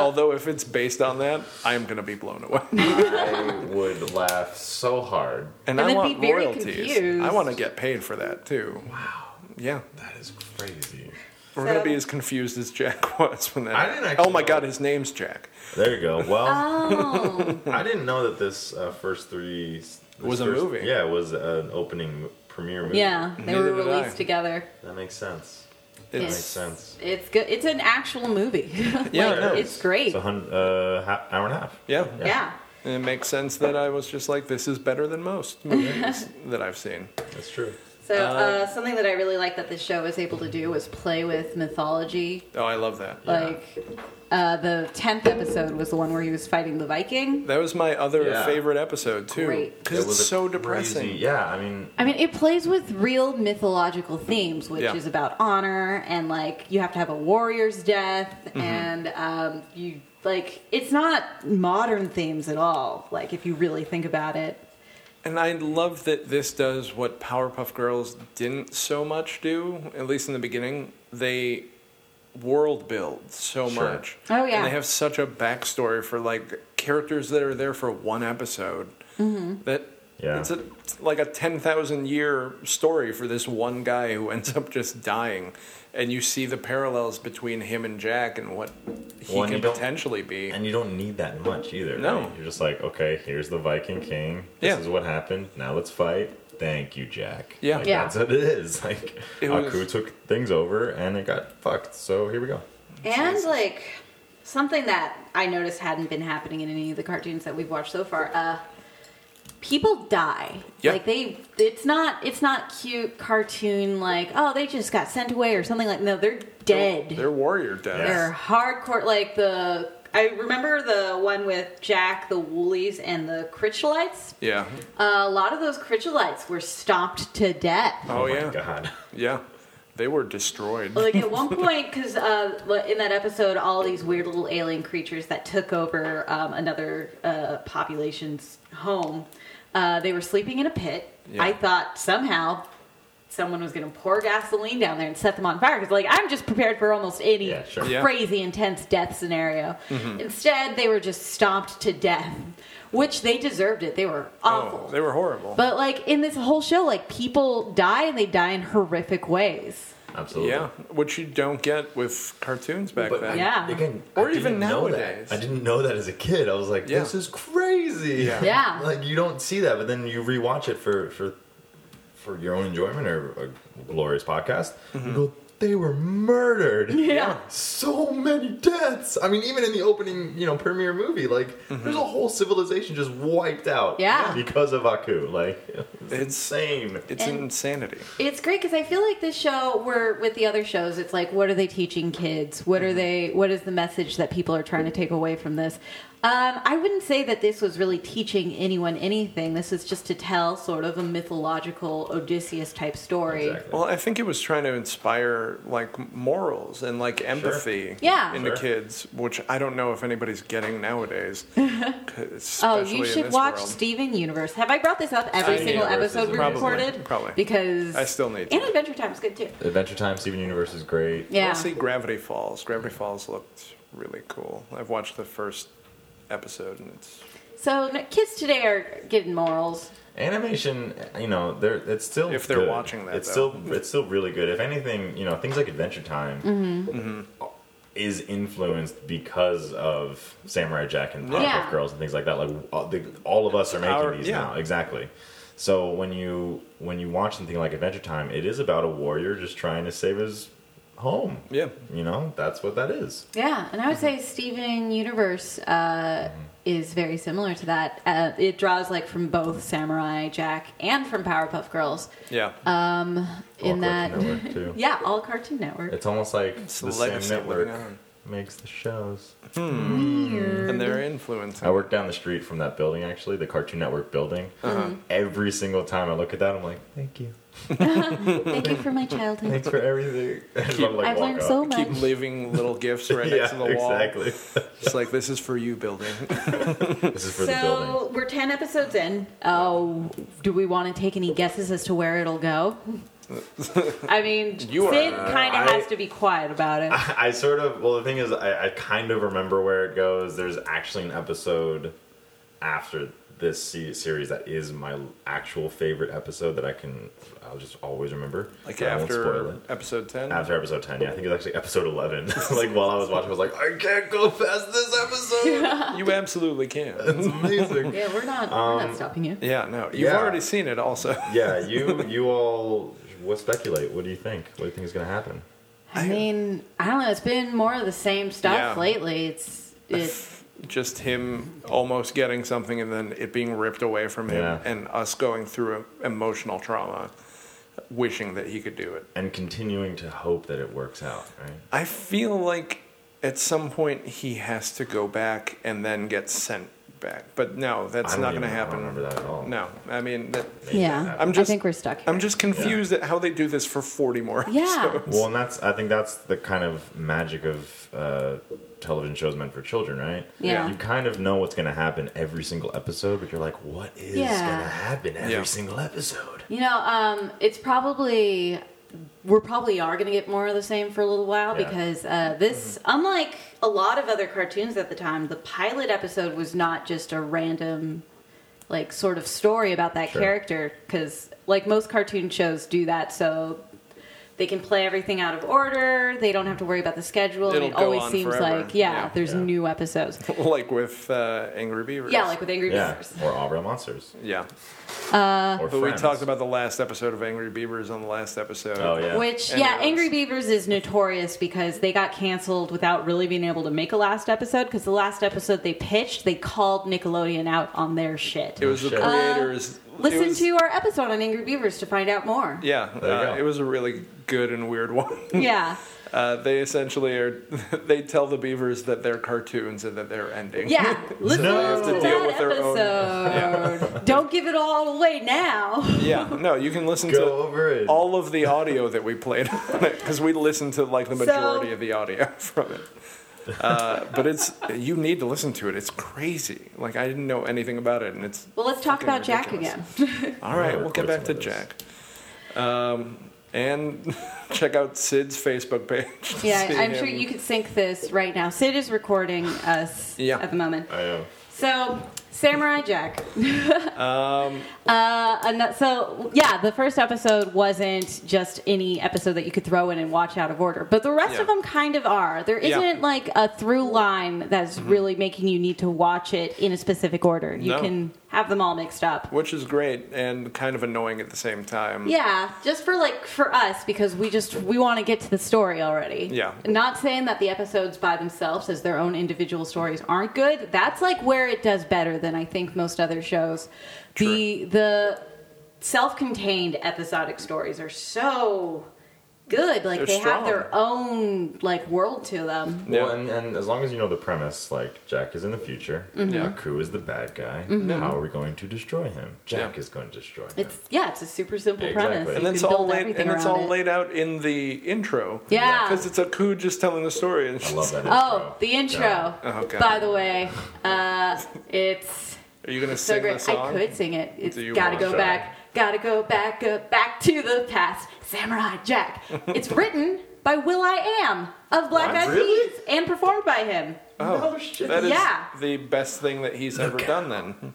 S3: Although if it's based on that, I'm gonna be blown away.
S5: I would laugh so hard.
S3: And,
S4: And
S3: I
S4: then
S3: want
S4: be very
S3: royalties.
S4: confused.
S3: I want to get paid for that too. Wow. Yeah.
S5: That is crazy.
S3: We're gonna
S4: So-
S3: be as confused as Jack was when that.
S5: I didn't
S3: oh my
S5: actually-
S3: god, his name's Jack.
S5: There you go. Well,
S4: Oh,
S5: I didn't know that this uh, first three this
S3: Was a
S5: first-
S3: movie.
S5: Yeah, it was an opening premiere movie.
S4: yeah, they
S3: Neither
S4: were
S3: did I.
S4: released together.
S5: that makes sense. That makes
S3: It's
S5: sense.
S4: It's good. It's an actual movie.
S3: Yeah,
S4: Like,
S3: no,
S4: it's great.
S5: It's a hun- uh, ha- hour and a half.
S3: yeah.
S4: yeah.
S3: And it makes sense that I was just like, this is better than most movies that I've seen.
S5: That's true.
S4: So uh, something that I really like that this show was able to do was play with mythology.
S3: Oh, I love that.
S4: Like uh, the tenth episode was the one where he was fighting the Viking.
S3: That was my other
S5: Yeah.
S3: favorite episode too,
S4: Great.
S5: It
S3: because
S5: was
S3: it's
S5: a
S3: so
S5: crazy-
S3: depressing.
S5: Yeah, I mean,
S4: I mean, it plays with real mythological themes, which
S3: Yeah.
S4: is about honor and like you have to have a warrior's death, and um, you like it's not modern themes at all. Like if you really think about it,
S3: And I love that this does what Powerpuff Girls didn't so much do, at least in the beginning. They world build so
S5: Sure.
S3: much.
S4: Oh, yeah.
S3: And they have such a backstory for like characters that are there for one episode.
S4: Mm-hmm.
S3: That
S5: Yeah.
S3: it's a, it's like a 10,000 year story for this one guy who ends up just dying. And you see the parallels between him and Jack and what he
S5: Well,
S3: can
S5: and you don't-
S3: potentially be.
S5: and you don't need that much either.
S3: No.
S5: right? you're just like, okay, here's the Viking King. This
S3: Yeah.
S5: is what happened. Now let's fight. Thank you, Jack.
S3: Yeah.
S5: Like,
S4: Yeah.
S5: that's what it is. Like,
S3: It
S5: Aku
S3: was-
S5: took things over and it got fucked. So here we go.
S4: And like something that I noticed hadn't been happening in any of the cartoons that we've watched so far. Uh, people die.
S3: Yeah.
S4: Like they, it's not it's not cute cartoon like oh they just got sent away or something like no they're dead.
S3: They're warrior deaths.
S5: Yeah.
S4: They're hardcore like the. I remember the one with Jack, the Woolies, and the Critchlites.
S3: Yeah.
S4: a lot of those Critchlites were stomped to death.
S3: Oh, yeah.
S5: My God.
S3: Yeah, they were destroyed.
S4: like at one point because uh, like, in that episode all these weird little alien creatures that took over um, another uh, population's home uh, they were sleeping in a pit
S3: Yeah.
S4: i thought somehow someone was going to pour gasoline down there and set them on fire because like i'm just prepared for almost any
S5: Yeah, sure.
S3: Yeah.
S4: crazy intense death scenario instead they were just stomped to death which they deserved it they were awful
S3: Oh, they were horrible.
S4: but like in this whole show like people die and they die in horrific ways
S5: Absolutely.
S3: yeah, which you don't get with cartoons back
S5: But
S3: then.
S4: Yeah.
S5: again,
S3: Or
S5: I didn't
S3: even
S5: know that.
S3: nowadays.
S5: I didn't know that as a kid. I was like,
S3: Yeah.
S5: this is crazy.
S3: Yeah.
S4: Yeah.
S5: Like you don't see that, but then you rewatch it for for for your own enjoyment or a glorious podcast.
S3: Mm-hmm.
S5: You go, they were murdered.
S4: Yeah.
S5: So many deaths. I mean, even in the opening, you know, premiere movie, like there's a whole civilization just wiped out.
S4: Yeah.
S5: Because of Aku. Like it's,
S3: It's-
S5: insane.
S3: It's
S4: And-
S3: insanity.
S4: It's great because I feel like this show, where with the other shows,
S3: Mm-hmm.
S4: it's like, what are they teaching kids? What are they? What is the message that people are trying to take away from this? Um, I wouldn't say that this was really teaching anyone anything. This was just to tell sort of a mythological Odysseus type story.
S5: Exactly.
S3: Well, I think it was trying to inspire like morals and like empathy
S4: Yeah.
S3: into
S5: Sure.
S3: kids, which I don't know if anybody's getting nowadays. 'Cause
S4: Oh,
S3: especially
S4: you
S3: in
S4: should
S3: this
S4: watch
S3: world.
S4: Steven Universe. Have I brought this up every
S5: Steven
S4: single
S5: Universe is
S4: episode we
S5: amazing.
S3: Probably,
S4: recorded?
S3: probably.
S4: Because
S3: I still need to.
S4: And Adventure Time is good too.
S5: Adventure Time, Steven Universe is great.
S4: Yeah.
S3: Let's see Gravity Falls. Gravity Falls looked really cool. I've watched the first episode and it's
S4: So n- kids today are getting morals.
S5: Animation, you know, they're it's still
S3: If they're
S5: good.
S3: watching that,
S5: it's
S3: though.
S5: still it's still really good. If anything, you know, things like Adventure Time Mm-hmm. is influenced because of Samurai Jack and Pop
S4: Yeah.
S5: Girls and things like that. Like all, the, all of us are making
S3: Our-
S5: these
S3: yeah.
S5: now, exactly. So when you when you watch something like Adventure Time, it is about a warrior just trying to save his home.
S3: yeah.
S5: You know, that's what that is.
S4: Yeah, and I would
S5: Mm-hmm.
S4: say Steven Universe uh, is very similar to that. Uh, it draws like from both Samurai Jack and from Powerpuff Girls
S3: Yeah.
S4: Uh,
S5: All
S4: in that.
S5: Cartoon Network, too.
S4: Yeah, all Cartoon Network.
S5: It's almost like
S3: a
S5: the same
S3: legacy living
S5: network
S3: on.
S5: makes the shows.
S3: and they're influencing.
S5: I work down the street from that building, actually, the Cartoon Network building. Every single time I look at that, I'm like, thank you.
S4: Thank you for my childhood.
S5: Thanks for everything. I've
S4: I've learned so much.
S3: Keep leaving little gifts right
S5: yeah,
S3: next to the wall.
S5: exactly.
S3: It's like this is for you, building.
S5: this is for the building.
S4: So we're ten episodes in. Oh, do we want to take any guesses as to where it'll go? I mean,
S3: You are-
S4: Sid kind of
S5: I-
S4: has to be quiet about it.
S5: I sort of, well, the thing is, I, I kind of remember where it goes. There's actually an episode after this se- series that is my actual favorite episode that I can, I'll just always remember.
S3: Like
S5: I won't spoil
S3: after
S5: it.
S3: episode ten.
S5: After episode 10, yeah, I think it was actually episode 11. like, while I was watching, I was like, I can't go past this episode.
S3: You absolutely can.
S5: It's amazing.
S4: Yeah, we're not. we're
S5: Um,
S4: not stopping you.
S3: Yeah, no. You've
S5: Yeah.
S3: already seen it also.
S5: yeah, you you all what speculate? What do you think? What do you think is going to happen?
S4: I mean, I don't know. It's been more of the same stuff
S3: Yeah.
S4: lately. It's it's
S3: Just him almost getting something and then it being ripped away from him
S5: Yeah.
S3: and us going through emotional trauma wishing that he could do it.
S5: And continuing to hope that it works out, right?
S3: I feel like at some point he has to go back and then get sent back. But no, that's
S5: I don't
S3: not going to
S5: even- I don't
S3: happen.
S5: remember that at all.
S3: No. I mean, that,
S5: Maybe that
S4: yeah.
S5: happens.
S3: I'm just-
S4: I think we're stuck. Here.
S3: I'm just confused at how they do this for 40 more
S4: Yeah.
S3: episodes.
S5: Well, and that's I think that's the kind of magic of uh, television shows meant for children, right?
S4: Yeah.
S5: You kind of know what's going to happen every single episode, but you're like, what is
S4: Yeah.
S5: going to happen every
S3: Yeah.
S5: single episode?
S4: You know, um, it's probably we're probably are going to get more of the same for a little while
S5: Yeah.
S4: because uh, this, unlike a lot of other cartoons at the time, the pilot episode was not just a random like sort of story about that
S5: Sure.
S4: character because like most cartoon shows do that so they can play everything out of order they don't have to worry about the schedule and
S3: It'll
S4: it
S3: go
S4: always
S3: on
S4: seems
S3: forever.
S4: like yeah,
S3: Yeah.
S4: there's
S5: Yeah.
S4: new episodes
S3: like with uh, Angry Beavers.
S4: yeah Uh. like with angry
S5: Yeah.
S4: Beavers.
S5: Or All Real Monsters.
S3: Yeah.
S5: or
S3: But we
S5: Friends.
S3: talked about the last episode of Angry Beavers on the last episode.
S5: Oh yeah.
S4: Which,
S3: And
S4: yeah,
S3: it was-
S4: Angry Beavers is notorious because they got canceled without really being able to make a last episode because the last episode they pitched, they called Nickelodeon out on their shit.
S3: It was the
S5: Shit.
S3: creators. it
S4: Uh, Listen
S3: was-
S4: to our episode on Angry Beavers to find out more.
S3: Yeah,
S5: There you
S3: uh,
S5: go.
S3: it was a really good and weird one.
S4: Yeah.
S3: Uh, they essentially are. They tell the beavers that they're cartoons and that they're ending.
S4: Yeah. Listen
S5: Now they have
S4: to
S5: to
S3: deal
S4: that
S3: with their own-
S4: episode. Don't give it all away now.
S3: Yeah, No, you can listen
S5: Go
S3: to
S5: over it.
S3: all of the audio that we played because we listened to like the
S4: So-
S3: majority of the audio from it. Uh, but it's you need to listen to it. It's crazy. Like I didn't know anything about it, and it's
S4: Well, let's talk
S3: Fucking
S4: about Jack
S3: ridiculous.
S4: again.
S3: All right,
S5: Yeah,
S3: we'll get
S5: record
S3: back to
S5: some of
S3: Jack. Um, and check out Sid's Facebook page. to
S4: Yeah,
S3: see
S4: I'm sure
S3: him.
S4: you could sync this right now. Sid is recording us
S3: Yeah.
S4: at the moment.
S5: I know.
S4: So, Samurai Jack.
S3: Um,
S4: Uh, and that- so yeah, the first episode wasn't just any episode that you could throw in and watch out of order, but the rest
S3: Yeah.
S4: of them kind of are. There
S3: Yeah. Mm-hmm.
S4: isn't like a through line that's really making you need to watch it in a specific order. You
S3: No.
S4: can have them all mixed up.
S3: Which is great and kind of annoying at the same time.
S4: Yeah, just for like for us because we just we want to get to the story already.
S3: Yeah.
S4: Not saying that the episodes by themselves as their own individual stories aren't good. That's like where it does better than I think most other shows. The the self-contained episodic stories are so good. Like
S3: They're
S4: they have
S3: strong.
S4: their own like world to them.
S5: Well,
S3: Yeah.
S5: and, and as long as you know the premise, like Jack is in the future,
S4: Mm-hmm.
S5: Jakku is the bad guy. How are we going to destroy him? Jack
S3: Yeah.
S5: is going to destroy him.
S4: It's yeah, it's a super simple
S5: Exactly.
S4: premise.
S5: And
S4: You
S3: and it's
S4: can
S3: all
S4: build
S3: laid
S4: everything
S3: and it's
S4: around
S3: all
S4: it.
S3: laid out in the intro.
S4: Yeah.
S3: because it's a coup just telling the story. And
S5: I love that.
S4: Oh, the intro.
S3: Yeah. Oh, God.
S4: By the way, uh, it's
S3: Are you gonna
S4: so
S3: sing
S4: great.
S3: the song?
S4: I could sing it. It's
S3: Do you
S4: gotta
S3: want
S4: go
S5: to?
S4: back. Gotta go back. Uh, back to the past. Samurai Jack. It's written by Will I Am of Black
S5: What?
S4: Eyed
S5: Really?
S4: Peas and performed by him.
S3: Oh,
S5: No shit.
S3: that is
S4: Yeah.
S3: the best thing that he's ever done. Then,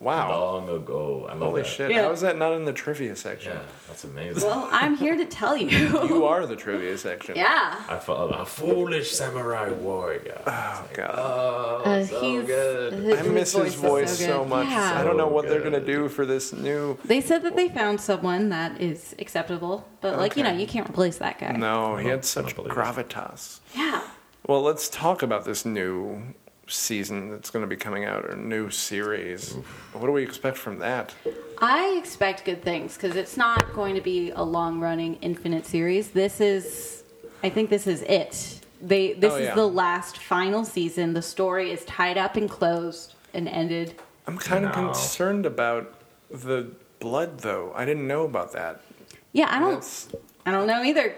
S3: wow,
S5: Long ago. I love
S3: holy
S5: that.
S3: shit!
S4: Yeah.
S3: How is that not in the trivia section?
S5: Yeah, that's amazing.
S4: Well, I'm here to tell you.
S3: You are the trivia section.
S4: yeah.
S5: I felt a foolish samurai warrior.
S3: Oh god.
S5: Oh,
S4: Uh,
S5: so
S4: he's-
S5: good.
S3: I miss his voice so,
S4: good.
S3: much.
S4: Yeah.
S3: I don't know
S5: So
S3: what they're
S5: good.
S3: gonna do for this new.
S4: They said that they found someone that is acceptable, but like you know,
S3: Okay.
S4: you can't replace that guy.
S3: No, he
S5: don't-
S3: had
S5: I
S3: such
S5: don't believe
S3: gravitas.
S4: Yeah.
S3: Well, let's talk about this new season that's going to be coming out, or new series. What do we expect from that?
S4: I expect good things because it's not going to be a long-running infinite series. This is, I think, this is it. They this
S3: Oh, yeah.
S4: is the last final season. The story is tied up and closed and ended.
S3: I'm kind of
S5: No.
S3: concerned about the blood, though. I didn't know about that.
S4: Yeah, I don't,
S3: That's,
S4: I don't know either.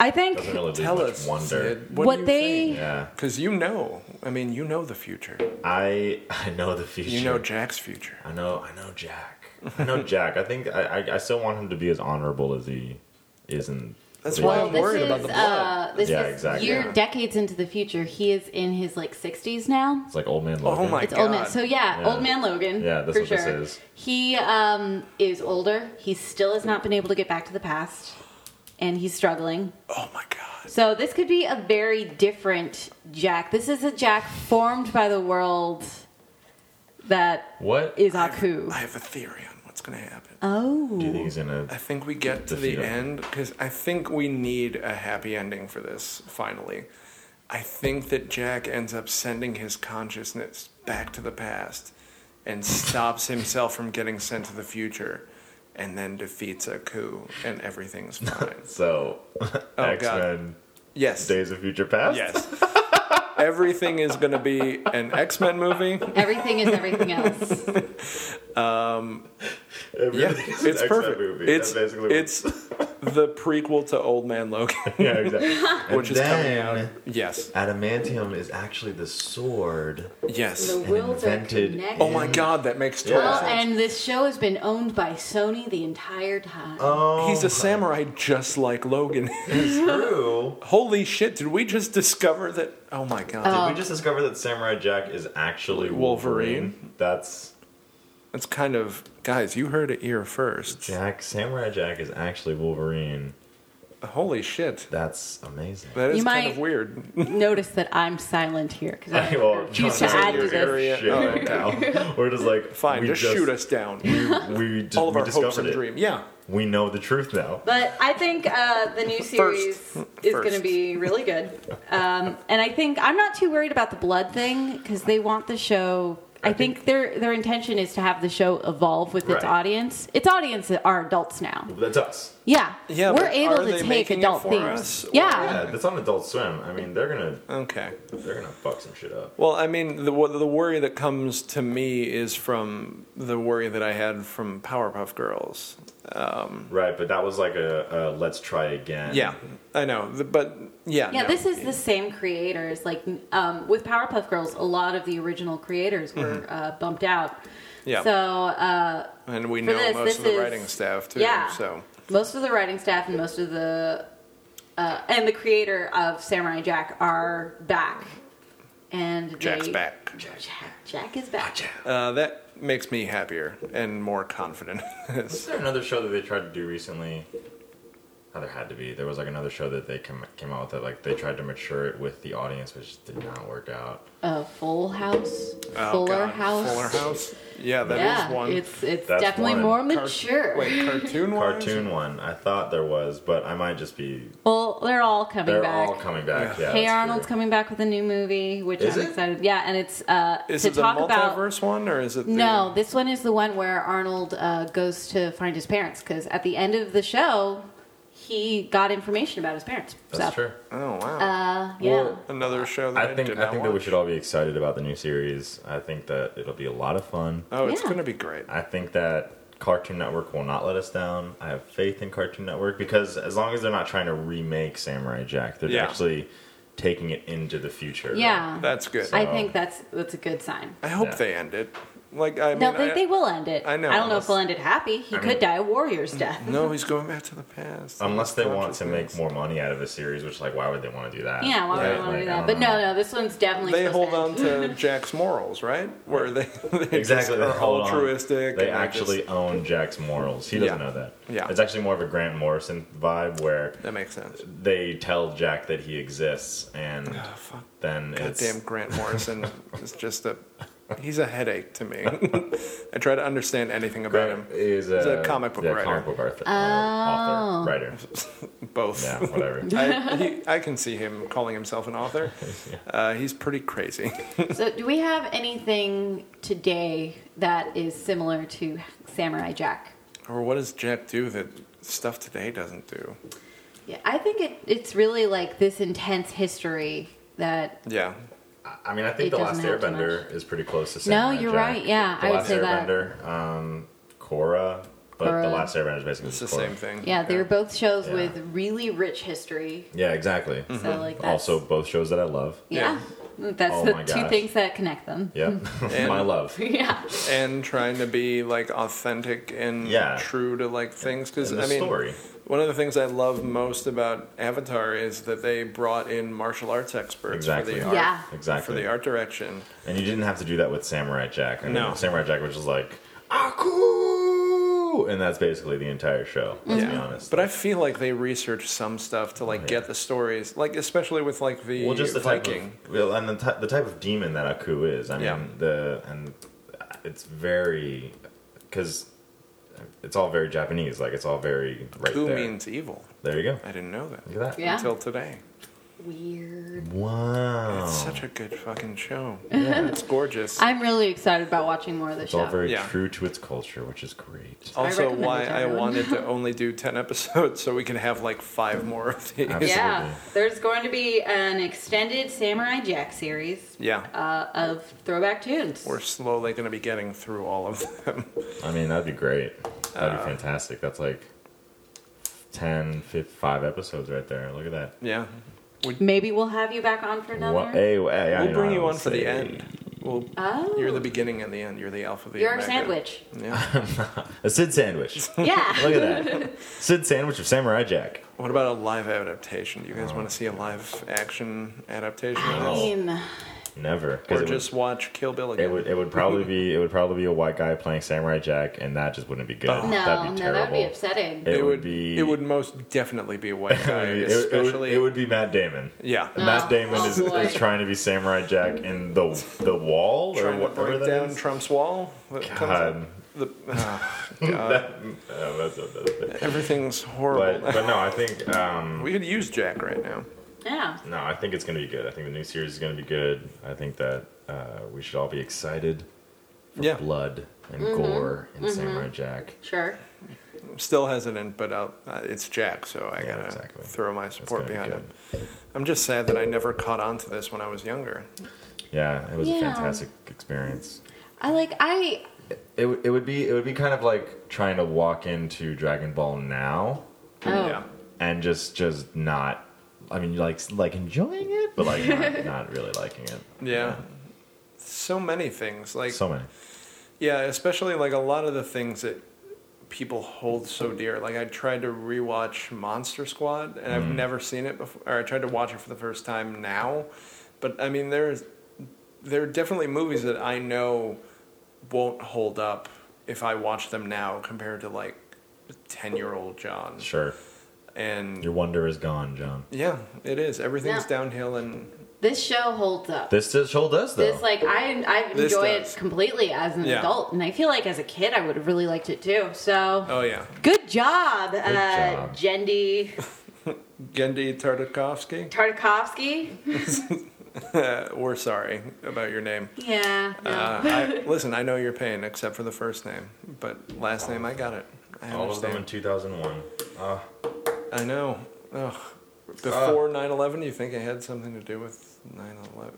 S4: I think
S5: Doesn't really leave
S3: tell
S5: much
S3: us,
S5: wonder.
S3: Sid,
S4: what, they
S5: Yeah,
S3: Because you know, I mean, you know the future.
S5: I I know the future.
S3: You know Jack's future.
S5: I know I know Jack. I know Jack. I think I, I I still want him to be as honorable as he is in.
S3: That's
S5: the-
S3: why
S4: Well,
S3: I'm
S4: this
S3: worried
S4: is,
S3: about the blood.
S4: Uh, this
S5: Yeah,
S4: is
S5: exactly.
S4: year
S5: Yeah.
S4: decades into the future. He is in his like 60s now.
S5: It's like old man
S3: Oh
S5: Logan.
S3: my
S4: It's old man.
S3: God.
S4: So yeah,
S5: Yeah.
S4: old man Logan.
S5: Yeah, that's
S4: for
S5: what
S4: sure.
S5: this is.
S4: He um, is older. He still has not been able to get back to the past, and he's struggling.
S3: Oh my god.
S4: So this could be a very different Jack. This is a Jack formed by the world that
S5: What
S4: is Aku.
S3: I have a theory on what's going to happen.
S5: do you think
S4: Oh,
S5: he's gonna?
S3: I think we get to the
S5: Defeat him.
S3: end because I think we need a happy ending for this finally. I think that Jack ends up sending his consciousness back to the past and stops himself from getting sent to the future and then defeats a coup and everything's fine.
S5: So
S3: Oh, God.
S5: X Men
S3: yes.
S5: Days of Future Past.
S3: Yes. Everything is going to be an X Men movie.
S4: everything is everything else.
S5: Everything
S3: Yeah,
S5: is an
S3: it's
S5: X-Men
S3: perfect.
S5: Movie.
S3: It's
S5: That's basically what-
S3: it's the prequel to Old Man Logan.
S5: yeah, exactly. And
S3: Which is coming
S5: then
S3: yes,
S5: Adamantium is actually the sword.
S3: yes.
S4: The worlds are
S5: invented-
S4: connected.
S3: Oh my God, that makes total
S5: Yeah.
S4: Well,
S3: sense.
S4: and this show has been owned by Sony the entire time.
S5: Oh,
S3: He's a samurai just like Logan.
S5: true.
S3: Holy shit, did we just discover that? Oh my god.
S4: Uh,
S5: Did we just discover that Samurai Jack is actually Wolverine? That's
S3: That's kind of. Guys, you heard it here first.
S5: Jack. Samurai Jack is actually Wolverine.
S3: Holy shit.
S5: That's amazing.
S3: That is
S4: You
S3: kind of
S4: might-
S3: weird.
S4: Notice that I'm silent here because I
S5: well,
S4: refuse to
S5: John's in
S4: add to
S5: your
S4: this.
S3: area.
S5: Shit,
S3: Oh,
S5: right now. We're just like
S3: Fine,
S5: we
S3: just, shoot us down.
S5: We, d-
S3: All of
S5: we
S3: our hopes
S5: discovered
S3: and
S5: it.
S3: dream. Yeah.
S5: We know the truth now.
S4: But I think uh, the new series is
S3: First.
S4: going to be really good. Um, and I think I'm not too worried about the blood thing because they want the show. I think their their intention is to have the show evolve with its
S5: Right.
S4: audience. Its audience are adults now.
S5: That's us.
S4: Yeah,
S3: Yeah,
S4: we're
S3: but
S4: able
S3: are
S4: to
S3: they
S4: take
S3: making it
S4: adult
S3: for
S4: themes.
S3: us, or-
S4: yeah.
S5: Yeah, that's on Adult Swim. I mean, they're gonna
S3: Okay.
S5: they're gonna fuck some shit up.
S3: Well, I mean, the wo- the worry that comes to me is from the worry that I had from Powerpuff Girls.
S5: Right, but that was like a, a let's try again.
S3: Yeah, I know, The- but yeah,
S4: Yeah,
S3: no.
S4: this is the same creators. Like um, with Powerpuff Girls, a lot of the original creators were uh, bumped out.
S3: Mm-hmm. Yeah.
S4: So uh,
S3: and we know
S4: this,
S3: most
S4: this
S3: of the
S4: is-
S3: writing staff too.
S4: yeah.
S3: So
S4: most of the writing staff and most of the uh, and the creator of Samurai Jack are back. And
S3: Jack's
S4: they-
S3: back.
S4: Jack, Jack is back.
S3: Uh, that makes me happier and more confident.
S5: Is there another show that they tried to do recently? Oh, there had to be. There was like another show that they came came out with that like they tried to mature it with the audience, which just did not work out.
S4: Uh, Full House,
S3: Oh,
S4: Fuller
S3: God.
S4: House.
S3: Fuller House. Yeah, that is
S4: yeah,
S3: one.
S4: it's it's
S5: That's
S4: definitely
S5: one.
S4: more
S5: Car-
S4: mature.
S3: Wait, cartoon one.
S5: Cartoon one, I thought there was, but I might just be.
S4: Well, they're all coming
S5: They're
S4: back.
S5: all coming back. Yeah.
S4: Hey
S5: that's
S4: Arnold's
S5: true.
S4: coming back with a new movie, which
S5: Is
S4: I'm
S5: it?
S4: excited. Yeah, and it's uh,
S3: Is
S4: to
S3: it the
S4: talk about.
S3: multiverse one or is it? The,
S4: No, this one is the one where Arnold uh, goes to find his parents because at the end of the show, he got information about his parents.
S5: That's
S4: so,
S5: true.
S3: Oh wow!
S4: Uh, yeah.
S5: Well,
S3: Another show that I,
S5: I think
S3: did
S5: I
S3: not
S5: think that
S3: watch.
S5: we should all be excited about the new series. I think that it'll be a lot of fun.
S3: Oh, it's
S4: Yeah.
S3: going to be great.
S5: I think that Cartoon Network will not let us down. I have faith in Cartoon Network because as long as they're not trying to remake Samurai Jack, they're
S3: Yeah.
S5: actually taking it into the future.
S4: yeah.
S3: That's good.
S5: So-
S4: Uh, I think that's that's a good sign.
S3: I hope
S5: Yeah.
S3: they end it. Like I mean,
S4: no, they,
S3: I-
S4: they will end it.
S3: I know,
S4: I don't know
S3: unless-
S4: if they'll end it happy. He
S5: I
S4: could
S5: mean-
S4: die a warrior's death.
S3: no, he's going back to the past.
S5: Unless they want to make
S3: Consciousness.
S5: more money out of a series, which like why would they want to do that?
S4: Yeah, why would
S3: Right,
S4: I want to
S5: Like,
S4: do
S5: I
S4: that?
S5: don't
S4: But
S5: know.
S4: no, no, this one's definitely.
S3: They
S4: supposed
S3: hold
S4: to
S3: on
S4: end.
S3: to Jack's morals, right? Where they, they just
S5: Exactly. They
S3: are
S5: hold on.
S3: altruistic.
S5: They
S3: and just-
S5: actually own Jack's morals. He doesn't
S3: Yeah.
S5: know that.
S3: Yeah.
S5: It's actually more of a Grant Morrison vibe where
S3: that makes sense.
S5: they tell Jack that he exists, and
S3: Oh, fuck.
S5: then it's
S3: Goddamn, Grant Morrison is just a. He's a headache to me. I try to understand anything about
S5: Grant
S3: him.
S5: is a,
S3: He's a comic book
S5: yeah,
S3: writer.
S5: comic book author,
S4: Oh.
S5: author writer.
S3: Both.
S5: Yeah, whatever.
S3: I, he, I can see him calling himself an author. Uh, he's pretty crazy.
S4: So, do we have anything today that is similar to Samurai Jack?
S3: or what does Jack do that stuff today doesn't do?
S4: Yeah, I think it, it's really like this intense history that
S3: Yeah.
S5: I- I mean, I think
S4: It
S5: the Last
S4: doesn't help too
S5: Airbender is pretty close to. Samurai
S4: you're
S5: Jack.
S4: right, yeah,
S5: the
S4: I would
S5: Last
S4: say that.
S5: Airbender, that. Um, Korra, but the
S4: Korra.
S5: Last Airbender is basically
S3: It's the
S5: Korra.
S3: same thing.
S4: yeah, they were both shows
S5: Yeah.
S4: with really rich history.
S5: Yeah, exactly.
S3: Mm-hmm.
S4: So like that's,
S5: Also, both shows that I love.
S4: yeah, that's
S5: Oh
S4: the
S5: my
S4: two
S5: gosh.
S4: things that connect them.
S5: Yeah, my love.
S4: Yeah,
S3: and trying to be like authentic and
S5: Yeah.
S3: true to like things because
S5: And the
S3: I mean,
S5: story.
S3: one of the things I love most about Avatar is that they brought in martial arts experts for
S5: Exactly.
S3: the art
S4: Yeah.
S5: Exactly.
S3: for the art direction.
S5: And you didn't have to do that with Samurai Jack. I mean,
S3: No.
S5: Samurai Jack was just like, Aku! And that's basically the entire show, let's be honest. Oh,
S3: But I feel like they researched some stuff to like get the stories, like especially with like the
S5: well, just the
S3: Viking.
S5: type of, well, and the, ty- the type of demon that Aku is. I mean,
S3: Yeah.
S5: the and it's very because it's all very Japanese. Like it's all very right
S3: Who
S5: there.
S3: means evil?
S5: there you go.
S3: I didn't know that
S5: Look at that.
S4: Yeah.
S3: until today.
S4: weird.
S5: Wow.
S3: It's such a good fucking show. it's gorgeous.
S4: I'm really excited about watching more of the
S5: it's all
S4: show.
S5: very
S3: Yeah.
S5: true to its culture, which is great.
S3: also,
S4: recommend
S3: why
S4: it to
S3: I
S4: everyone.
S3: wanted to only do ten episodes so we can have like five more of these.
S5: Absolutely.
S4: yeah, there's going to be an extended Samurai Jack series
S3: Yeah.
S4: uh, of throwback tunes.
S3: We're slowly going to be getting through all of them.
S5: I mean, that'd be great. That'd
S3: Uh,
S5: be fantastic. That's like 10, 5, five episodes right there. Look at that.
S3: yeah.
S4: Maybe we'll have you back on for another.
S5: Wha- hey, wha- hey, I
S3: We'll
S5: know
S3: bring
S5: I
S3: you
S5: would
S3: on for the
S5: say-
S3: end. We'll,
S4: Oh.
S3: You're the beginning and the end. You're the alpha, the
S4: You're a
S3: omega.
S4: sandwich.
S3: Yeah.
S5: A Sid sandwich.
S4: Yeah.
S5: Look at that. Sid sandwich of Samurai Jack.
S3: What about a live adaptation? Do you guys want to see a live action adaptation
S4: I
S3: of
S5: No.
S3: this?
S4: mean,
S5: Never. 'cause
S3: Or
S5: it would-
S3: just watch Kill Bill again?
S5: It would it would probably be it would probably be a white guy playing Samurai Jack, and that just wouldn't be good.
S3: Oh.
S4: no,
S5: That'd be
S4: no, that would be
S5: terrible.
S4: upsetting.
S5: It
S3: It
S5: would
S3: would
S5: be-
S3: It would most definitely be a white guy,
S5: It would- it would-
S3: especially.
S5: it would be Matt Damon.
S3: yeah.
S5: Matt Damon
S4: oh
S5: is,
S4: boy.
S5: is trying to be Samurai Jack in the the wall or
S3: Trying to
S5: whatever
S3: break
S5: that
S3: down
S5: is.
S3: Trump's wall. That comes up.
S5: God.
S3: The, ah,
S5: Oh, that's what that is.
S3: everything's horrible.
S5: But but no, I think um,
S3: we could use Jack right now.
S4: Yeah.
S5: no, I think it's gonna be good. I think the new series is gonna be good. I think that uh, we should all be excited for
S3: Yeah.
S5: blood and
S4: Mm-hmm.
S5: gore in Samurai Jack.
S4: Sure.
S3: still hesitant, but I'll, uh, it's Jack, so I
S5: Yeah,
S3: gotta
S5: exactly.
S3: throw my support
S5: gonna be
S3: behind
S5: good.
S3: him. I'm just sad that I never caught on to this when I was younger.
S5: Yeah, it was a
S4: Yeah.
S5: fantastic experience.
S4: I like I
S5: It, would- it would be it would be kind of like trying to walk into Dragon Ball now
S4: oh
S3: Yeah,
S5: and just just not. I mean, like like enjoying it, but like not, not really liking it.
S3: yeah. So many things, like
S5: So many.
S3: yeah, especially like a lot of the things that people hold so dear. Like I tried to rewatch Monster Squad, and I've never seen it before. Or I tried to watch it for the first time now, but I mean, there's there are definitely movies that I know won't hold up if I watch them now compared to like ten year old John.
S5: Sure,
S3: and
S5: your wonder is gone, John.
S3: yeah, it is. Everything's
S4: Yeah.
S3: downhill, and
S4: this show holds up.
S5: This this show does though.
S4: This like I I
S3: This
S4: enjoy it
S3: does.
S4: completely as an
S3: Yeah.
S4: adult, and I feel like as a kid I would have really liked it too. So
S3: oh yeah,
S4: good job, uh,
S5: job.
S4: Jendy
S3: Gendy Tartakovsky.
S4: Tartakovsky.
S3: Uh, we're sorry about your name.
S4: Yeah, no.
S3: Uh, I, listen, I know your pain, except for the first name, but last name I got it. I
S5: All of them in Ah.
S3: understand.
S5: 2001.
S3: I know. Ugh. Before 9 11, you think it had something to do with 9 11?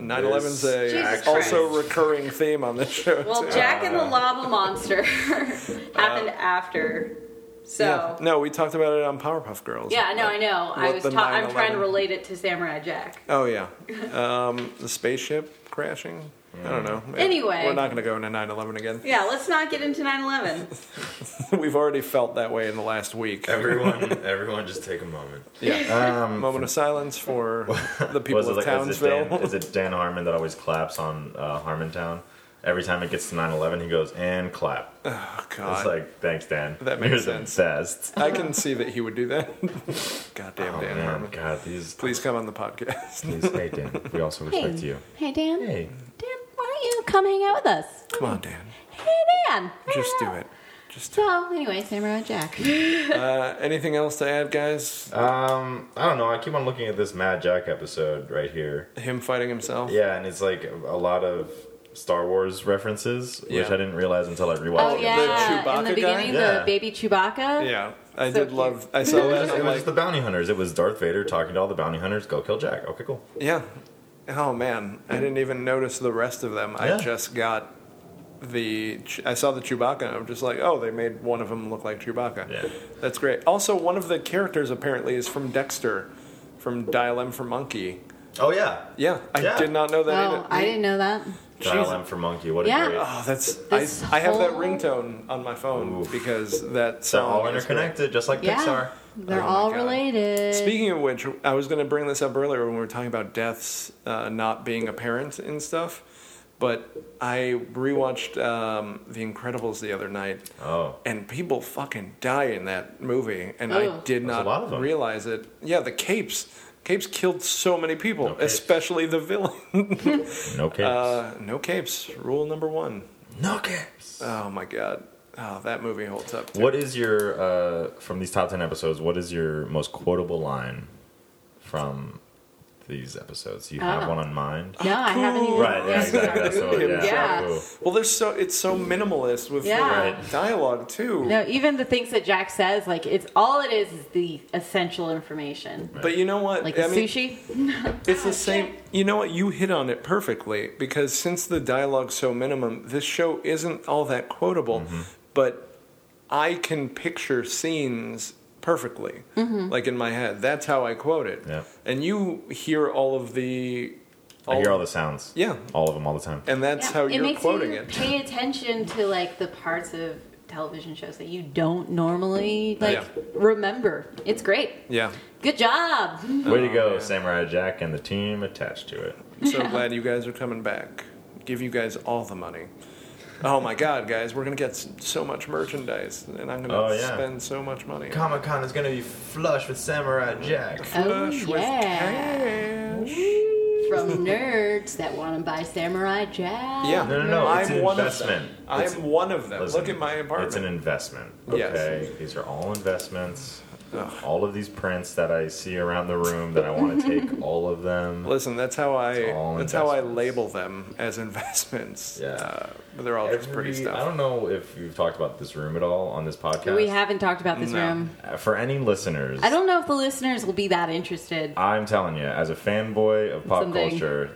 S3: 9 11's
S4: Jesus
S3: a
S4: Christ.
S3: also recurring theme on this show.
S6: Well,
S3: too.
S6: Jack and the Lava Monster happened after.
S3: uh, Yeah.
S6: So
S3: No, we talked about it on Powerpuff Girls.
S6: yeah, I know, I know. I
S3: What
S6: was
S3: the
S6: ta- I'm trying to
S3: 9/11.
S6: relate it to Samurai Jack.
S3: Oh, yeah. Um, the spaceship crashing? I don't
S5: Mm.
S3: know.
S6: Anyway.
S3: We're not going to go into 9 11 again.
S6: Yeah, let's not get into 9/11.
S3: We've already felt that way in the last week.
S5: Everyone, everyone, just take a moment.
S3: Yeah. Moment of silence for the people
S5: Um, Was it
S3: of
S5: like is it, Dan,
S3: Townsville. Oh,
S5: is it Dan Harmon that always claps on uh, Harmontown? Every time it gets to 9/11, he goes and clap. It's
S3: Oh, God.
S5: like thanks, Dan.
S3: That makes
S5: You're
S3: sense.
S5: The best.
S3: I can see that he would do that. Goddamn
S5: Oh,
S3: Dan
S5: man,
S3: Harmon.
S5: God, these
S3: Please come on the podcast.
S5: Please, hey Dan, we also respect you.
S4: Hey, Dan.
S5: Hey,
S4: Dan, why don't you come hang out with us?
S3: Come on, Dan.
S4: Hey, Dan.
S3: Just do it. Just do it.
S4: So, anyway, Samurai Jack.
S3: Uh, anything else to add, guys?
S5: um, I don't know. I keep on looking at this Mad Jack episode right here.
S3: Him fighting himself?
S5: Yeah, and it's like a lot of Star Wars references,
S3: Yeah.
S5: which I didn't realize until I rewatched
S4: Oh,
S5: it.
S4: yeah. In the
S3: Chewbacca
S4: beginning,
S5: guy? Yeah.
S4: the baby Chewbacca.
S3: Yeah. I
S4: So
S3: did
S4: cute.
S3: love. I saw
S5: It
S3: that.
S5: was,
S3: and
S5: it
S3: I'm
S5: was
S3: like,
S5: the bounty hunters. It was Darth Vader talking to all the bounty hunters. Go kill Jack. Okay, cool.
S3: yeah. Oh man, I didn't even notice the rest of them.
S5: Yeah.
S3: I just got the. I saw the Chewbacca, and I'm just like, oh, they made one of them look like Chewbacca.
S5: Yeah.
S3: That's great. Also, one of the characters apparently is from Dexter, from Dial M for Monkey.
S5: Oh yeah,
S3: Yeah, I
S5: Yeah.
S3: did not know that.
S4: Oh,
S3: either.
S4: I didn't know that.
S5: Dial
S3: Jeez.
S5: M for monkey. What a
S4: Yeah.
S5: great.
S3: Oh, that's
S4: This
S3: I, I have that
S4: whole-
S3: ringtone on my phone
S5: Oof.
S3: because that
S5: They're
S3: song
S5: all
S3: is great.
S5: interconnected, just like
S4: Yeah.
S5: Pixar.
S4: They're
S3: Oh my
S4: all
S3: God.
S4: related.
S3: Speaking of which, I was going to bring this up earlier when we were talking about deaths uh, not being a parent and stuff, but I rewatched um, The Incredibles the other night,
S5: Oh,
S3: and people fucking die in that movie, and I
S4: Ugh.
S3: did
S5: There's a lot
S3: not
S5: of them.
S3: realize it. Yeah, the capes. Capes killed so many people,
S5: No capes.
S3: especially the villain.
S5: no capes.
S3: Uh, no capes, rule number one.
S5: no capes.
S3: Oh my god. Oh, that movie holds up.
S5: What is your uh, from these top ten episodes? What is your most quotable line from these episodes? Do you have
S4: Ah.
S5: one on mind?
S3: Oh,
S4: no, I haven't even.
S5: Right, yeah, exactly. That's the one, yeah.
S4: Yeah.
S5: Ooh.
S3: Well, there's so it's so minimalist with
S4: Yeah.
S3: the dialogue too.
S4: No, even the things that Jack says, like it's all it is is the essential information.
S3: But you know what?
S4: Like
S3: I mean,
S4: sushi.
S3: it's the same. You know what? You hit on it perfectly because since the dialogue's so minimum, this show isn't all that quotable.
S5: Mm-hmm.
S3: But I can picture scenes perfectly,
S4: Mm-hmm.
S3: like in my head. That's how I quote it.
S5: Yeah.
S3: And you hear all of the.
S5: I hear all the sounds.
S3: Yeah.
S5: all of them all the time.
S3: And that's how
S4: it
S3: you're
S4: makes
S3: quoting
S4: you
S3: it.
S4: Pay attention to like the parts of television shows that you don't normally like
S3: Yeah.
S4: remember. It's great.
S3: Yeah.
S4: Good job.
S5: Way to go,
S3: man.
S5: Samurai Jack and the team attached to it.
S3: So glad you guys are coming back. Give you guys all the money. Oh my god, guys, we're gonna get s- so much merchandise, and I'm gonna
S5: Oh, yeah.
S3: spend so much money.
S5: Comic Con is gonna be flush with Samurai Jack.
S4: Oh
S3: Flush with
S4: yeah. From nerds that want to buy Samurai Jack.
S3: Yeah,
S5: No, no, no, it's an
S3: one
S5: investment.
S3: Of them. I'm
S5: It's-
S3: one of them.
S5: Listen,
S3: Look at my apartment.
S5: It's an investment.
S3: Yes.
S5: Okay, these are all investments. All of these prints that I see around the room that I want to take, all of them.
S3: Listen, that's how I
S5: all
S3: that's how I
S5: investments.
S3: label them as investments.
S5: Yeah.
S3: uh, but they're all just pretty
S5: Every-
S3: stuff.
S5: I don't know if you've talked about this room at all on this podcast.
S4: We haven't talked about this
S3: No.
S4: room.
S5: Uh, For any listeners,
S4: I don't know if the listeners will be that interested.
S5: I'm telling you, as a fanboy of pop
S4: Something.
S5: culture,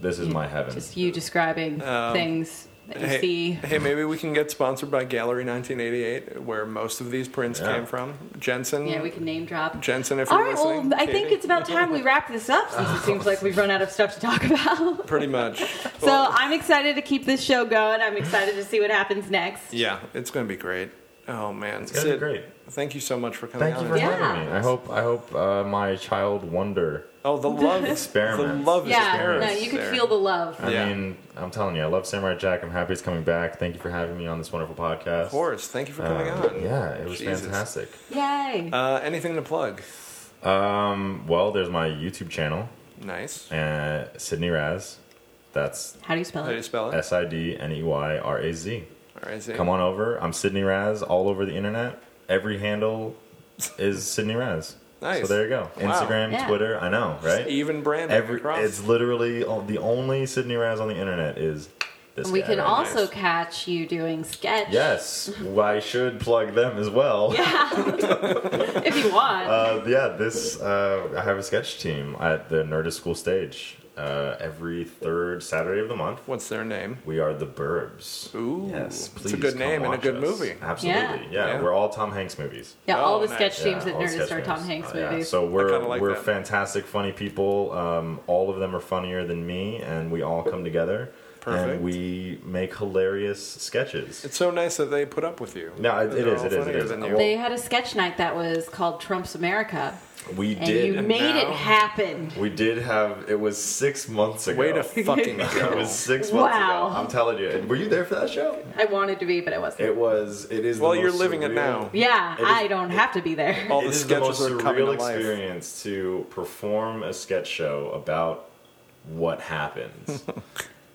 S5: this is my heaven.
S4: Just you describing things that you
S3: Um, Hey,
S4: see.
S3: hey, maybe we can get sponsored by Gallery 1988, where most of these prints
S5: Yeah.
S3: came from. Jensen,
S4: Yeah, we can name drop.
S3: Jensen, if
S4: All
S3: you're
S4: right, well,
S3: listening.
S4: I think
S3: Katie.
S4: it's about time we wrap this up since it seems like we've run out of stuff to talk about.
S3: pretty much.
S4: So I'm excited to keep this show going. I'm excited to see what happens next.
S3: Yeah, it's going to be great. Oh man, it's
S5: gonna be great.
S3: Thank you so much for coming.
S5: Thank you
S3: on
S5: for
S3: and-
S4: Yeah.
S5: having me. I hope I hope uh, my child wonder.
S3: Oh, the love
S5: Experiment.
S3: The love
S4: Yeah,
S3: is
S4: no,
S3: there.
S4: you could feel the love.
S5: I
S3: Yeah.
S5: mean, I'm telling you, I love Samurai Jack. I'm happy it's coming back. Thank you for having me on this wonderful podcast.
S3: Of course. Thank you for coming
S5: Uh,
S3: on.
S5: Yeah, it was
S3: Jesus.
S5: fantastic.
S4: Yay!
S3: Uh, anything to plug?
S5: Um, well, there's my YouTube channel,
S3: Nice.
S5: uh, Sydney Raz. That's
S4: How do you spell
S3: How do you
S4: it?
S3: spell it?
S5: S I D N E Y R A Z.
S3: All right, see.
S5: Come on over. I'm Sydney Raz all over the internet. Every handle is Sydney Raz.
S3: Nice.
S5: So there you go.
S3: Wow.
S5: Instagram,
S4: Yeah.
S5: Twitter. I know, right?
S3: Even branding
S5: Every
S3: across.
S5: it's literally o- the only Sydney Raz on the internet is This
S4: we
S5: guy
S4: can
S5: right
S4: also
S5: here.
S4: catch you doing sketch.
S5: Yes, well, I should plug them as well.
S4: If you want.
S5: Uh, yeah, this uh, I have a sketch team at the Nerdist School stage uh, every third Saturday of the month.
S3: What's their name?
S5: We are the Burbs.
S3: Ooh, it's
S5: yes,
S3: a
S5: please.
S3: good
S5: come
S3: name and a
S5: watch
S3: good
S5: us.
S3: movie.
S5: Absolutely, yeah.
S3: Yeah.
S5: We're all Tom Hanks movies.
S4: yeah, all
S3: oh,
S4: the
S3: nice.
S4: sketch teams
S5: Yeah,
S4: at
S5: all
S4: Nerdist
S5: sketch
S4: are Tom
S5: movies.
S4: Hanks
S5: Uh, yeah.
S4: movies.
S5: So we're
S3: kinda like
S5: we're
S3: that.
S5: fantastic, funny people. Um, all of them are funnier than me, and we all come together.
S3: Perfect.
S5: And we make hilarious sketches.
S3: It's so nice that they put up with you.
S5: No, it-
S3: That
S5: it
S3: they're
S5: is,
S3: all
S5: it is, it
S3: funnier
S5: is.
S3: than
S5: Well-
S3: you.
S4: they had a sketch night that was called Trump's America,
S5: we
S4: and
S5: did.
S4: you made it
S3: now-
S4: happen.
S5: we did have. It was six months ago.
S3: Way to fucking
S5: it
S3: go.
S5: was six months
S4: Wow.
S5: ago. I'm telling you. Were you there for that show?
S4: I wanted to be, but I wasn't.
S5: It was. It is. the
S3: Well, you're
S5: most
S3: living it now.
S5: surreal-
S4: yeah,
S5: it Oh. is-
S4: I don't have to be there.
S3: All
S5: It
S3: the
S5: is the most
S3: sketches are coming to
S5: surreal
S3: life.
S5: experience to perform a sketch show about what happens.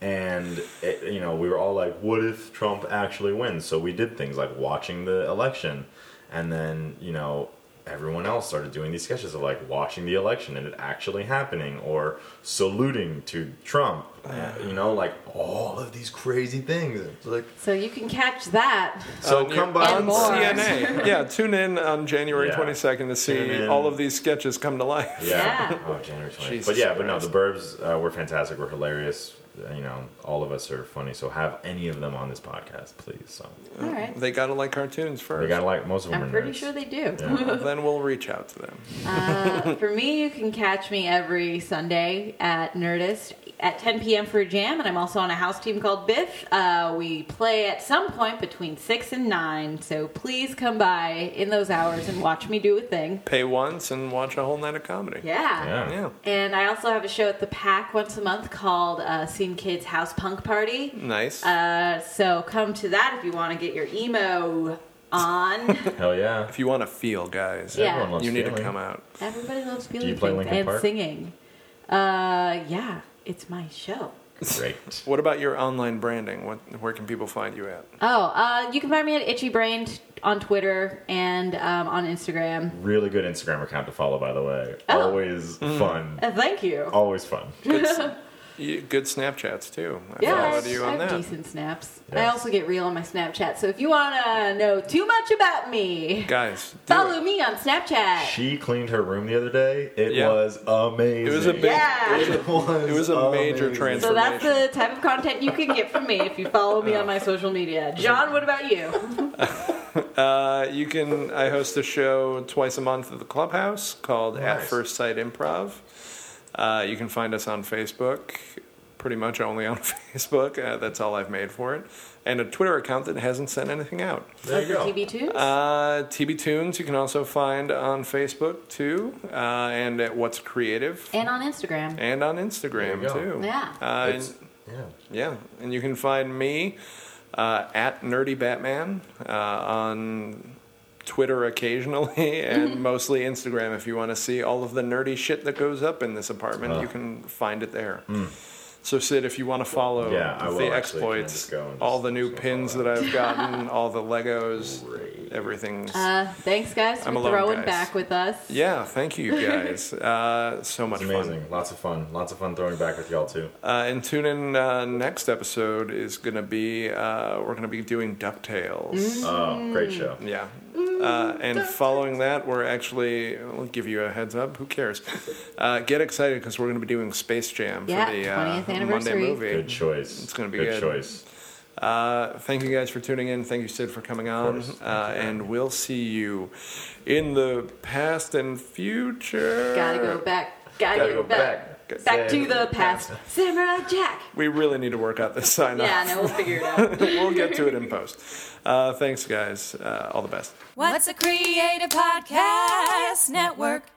S5: and it, you know, we were all like, "What if Trump actually wins?" So we did things like watching the election, and then you know. Everyone else started doing these sketches of like watching the election and it actually happening, or saluting to Trump, uh, you know, like all of these crazy things. It's like,
S4: So you can catch that.
S5: so come by
S4: and
S5: on
S4: more.
S5: Saturday.
S3: CNA. Yeah, tune in on January
S5: Yeah.
S3: 22nd to
S5: Tune
S3: see
S5: in.
S3: all of these sketches come to life.
S5: Yeah.
S4: Yeah.
S5: Oh, January 20th.
S3: Jesus
S5: but yeah, but no,
S3: Christ.
S5: the Burbs uh, were fantastic. We're hilarious. Uh, You know, all of us are funny. So have any of them on this podcast, please. So
S4: All right.
S3: They gotta like cartoons
S5: we
S3: first.
S5: got to like most of them.
S4: I'm
S5: are
S4: pretty
S5: Oh, nerds.
S4: sure they do. Uh,
S5: Yeah.
S3: then we'll reach out to them.
S4: For me, you can catch me every Sunday at Nerdist at 10 p.m. for a jam, and I'm also on a house team called Biff. Uh, we play at some point between 6 and 9, so please come by in those hours and watch me do a thing.
S3: Pay once and watch a whole night of comedy.
S4: Yeah.
S5: Yeah.
S3: Yeah.
S4: And I also have a show at the Pack once a month called uh, Scene Kids House Punk Party.
S3: Nice.
S4: Uh, so come to that if you want to get your emo on.
S5: Hell yeah.
S3: if you want to feel, guys,
S4: Yeah.
S5: Everyone loves
S3: you need to
S5: feeling.
S3: come out.
S4: Everybody loves feeling
S5: you play
S4: things
S5: Linkin
S4: and
S5: Park?
S4: singing. Uh, yeah, it's my show.
S5: Great.
S3: What about your online branding? What, where can people find you at?
S4: Oh, uh, you can find me at Itchy Brain t- on Twitter and um, on Instagram.
S5: Really good Instagram account to follow, by the way.
S4: Oh.
S5: Always
S3: Mm.
S5: fun.
S4: Uh, thank you.
S3: Oh,
S5: Always fun.
S3: You, good Snapchats too. I
S4: Yeah,
S3: followed
S4: I
S3: you on
S4: have
S3: that.
S4: decent snaps. I
S5: Yes.
S4: also get real on my Snapchat. So if you want to know too much about me,
S3: Guys, do
S4: follow
S3: it.
S4: me on Snapchat.
S5: She cleaned her room the other day. It
S3: Yeah.
S5: was amazing.
S3: It was a big.
S4: Yeah.
S5: It was,
S3: It was a major
S5: amazing.
S3: transformation.
S4: So that's the type of content you can get from me if you follow me on my social media. John, what about you?
S3: Uh, you can. I host a show twice a month at the clubhouse called At
S5: Nice.
S3: First Sight Improv. Uh, you can find us on Facebook, pretty much only on Facebook. Uh, that's all I've made for it, and a Twitter account that hasn't sent anything out.
S5: There you
S4: Those are
S5: go.
S4: TV tunes?
S3: Uh, TB Tunes, you can also find on Facebook too, uh, and at What's Creative,
S4: and on Instagram.
S3: and on
S5: There you
S3: Instagram
S5: go.
S3: too.
S4: Yeah.
S3: Uh,
S5: It's-
S3: and-
S5: yeah.
S3: yeah, and you can find me uh, at Nerdy Batman uh, on Twitter occasionally, and mostly Instagram. If you want to see all of the nerdy shit that goes up in this apartment,
S5: Uh.
S3: you can find it there. So Sid, if you want to follow
S5: Hmm. Yeah, I will
S3: the
S5: actually. Can I
S3: exploits,
S5: just go and
S3: all
S5: just-
S3: the new
S5: just
S3: pins
S5: follow
S3: that I've gotten, all the Legos, everything's
S4: Uh, thanks, guys, for
S3: I'm alone,
S4: throwing
S3: guys.
S4: back with us.
S3: yeah. Thank you guys, uh, so much
S5: It's
S3: fun.
S5: amazing. Lots of fun. Lots of fun throwing back with y'all too.
S3: Uh, and tune in uh, next episode is gonna be uh, we're gonna be doing Ducktales.
S4: Mm.
S5: Oh, great show.
S3: Yeah. Uh, and following that, we're actually, I'll give you a heads up, who cares? Uh, get excited because we're going to be doing Space Jam
S4: Yeah,
S3: for the uh,
S4: 20th
S3: Monday
S4: anniversary.
S3: movie.
S5: Good choice.
S3: It's gonna be good.
S5: good choice.
S3: Uh, thank you guys for tuning in. Thank you, Sid, for coming on.
S5: course. Thank you
S3: Uh, and we'll see you in the past and future.
S4: Gotta go back. Gotta,
S5: Gotta
S4: go,
S5: go
S4: back.
S5: back.
S4: Back, to the past. Samurai Jack.
S3: We really need to work out this sign
S4: Yeah,
S3: off.
S4: no, we'll figure it out.
S3: we'll get to it in post. Uh, thanks, guys. Uh, all the best.
S7: What's a Creative Podcast Network?